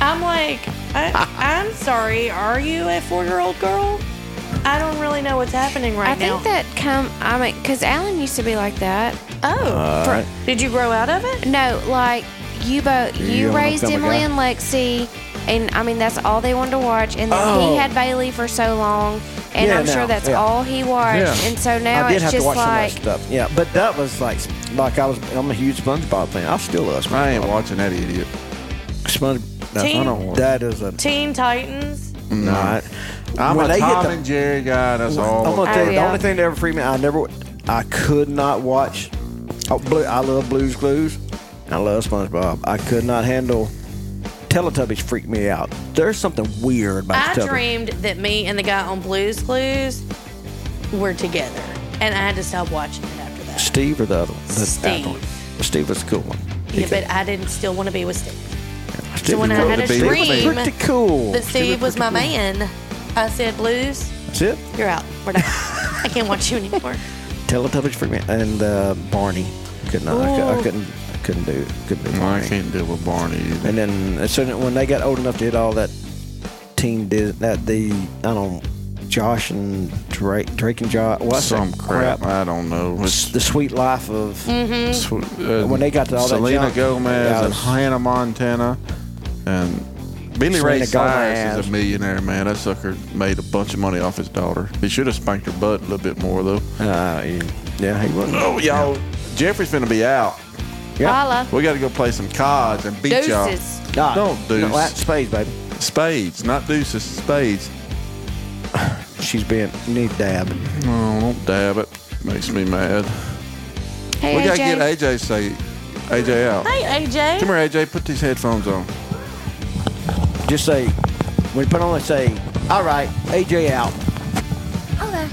E: I'm like, I, I'm sorry. Are you a four-year-old girl? I don't really know what's happening right
D: I
E: now.
D: think that come. I mean, because Alan used to be like that.
E: oh,
C: All right.
E: did you grow out of it?
D: No, like you both. You
C: don't
D: raised
C: become a
D: Emily
C: guy.
D: and Lexi, and I mean that's all they wanted to watch. And then
C: Oh.
D: he had Bailey for so long, and
C: Yeah,
D: I'm
C: now,
D: sure that's
C: yeah.
D: all he watched.
A: Yeah.
D: And so now
C: I did
D: it's
C: have to
D: just
C: watch
D: like
C: some of that stuff. Yeah, but that was like, like I was. I'm a huge SpongeBob fan. I still love SpongeBob.
A: I ain't watching that idiot.
C: Sponge. No,
E: Teen-
C: I don't want that is a
E: Teen Titans.
C: not.
A: I'm
C: When
A: a
C: they hit
A: Tom
C: the-
A: and Jerry guy. That's all.
C: I'm gonna tell
D: Oh,
C: you the
D: yeah.
C: only thing that ever freaked me. I never. I could not watch. Oh, Blue, I love Blues Clues. I love SpongeBob. I could not handle. Teletubbies freaked me out. There's something weird
E: I
C: about Teletubbies.
E: dreamed that me and the guy on Blues Clues were together, and I had to stop watching it after that.
C: Steve or the other one? The
E: Steve.
C: other one. Steve was a cool one. He
E: Yeah,
C: could-
E: but I didn't still want to be with Steve.
C: Steve
E: when
C: was
E: I
C: cool.
E: had a
C: Steve was
E: dream
C: pretty cool.
E: But Steve was my man. I said, Blues,
C: That's it.
E: you're out. We're done. I can't watch you anymore.
C: Teletubbies freaked me out. And uh, Barney. Could not. I, cou- I
E: Ooh.
C: couldn't. I couldn't do. Couldn't do.
A: No, I
C: Barney.
A: can't deal with Barney either.
C: And then as soon as when they got old enough to hit all that team did that the I don't Josh and Drake Drake and Josh what's
A: Some
C: that
A: crap. I don't know. It's,
C: S- The sweet life of
A: it's, uh,
C: when they got to all
A: Selena
C: that junk,
A: Gomez
C: Yeah,
A: and Hannah Montana and Billy Ray
C: Selena
A: Cyrus is
C: Gomez.
A: a millionaire man. That sucker made a bunch of money off his daughter. He should have spanked her butt a little bit more though.
C: uh, yeah, he wasn't.
A: Oh y'all, Jeffrey's gonna be out.
D: Lala.
A: We got to go play some cards and beat
D: Deuces.
C: Nah,
A: Don't do
C: no,
A: s-
C: that space, baby.
A: y'all. Spades, not deuces. Spades.
C: She's being knee dab.
A: Oh, don't dab it. Makes me mad.
D: Hey,
A: we gotta
D: AJ.
A: get AJ say AJ out.
E: Hey, AJ.
A: Come here, AJ. Put these headphones on.
C: Just say when you put on, say, all right, AJ out.
G: Okay.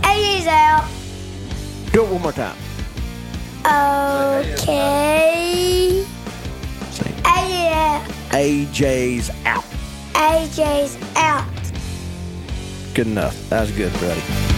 G: AJ's out.
C: Do it one more time.
G: Okay. AJ out.
C: AJ's out.
G: AJ's out.
C: Good enough. That was good, buddy.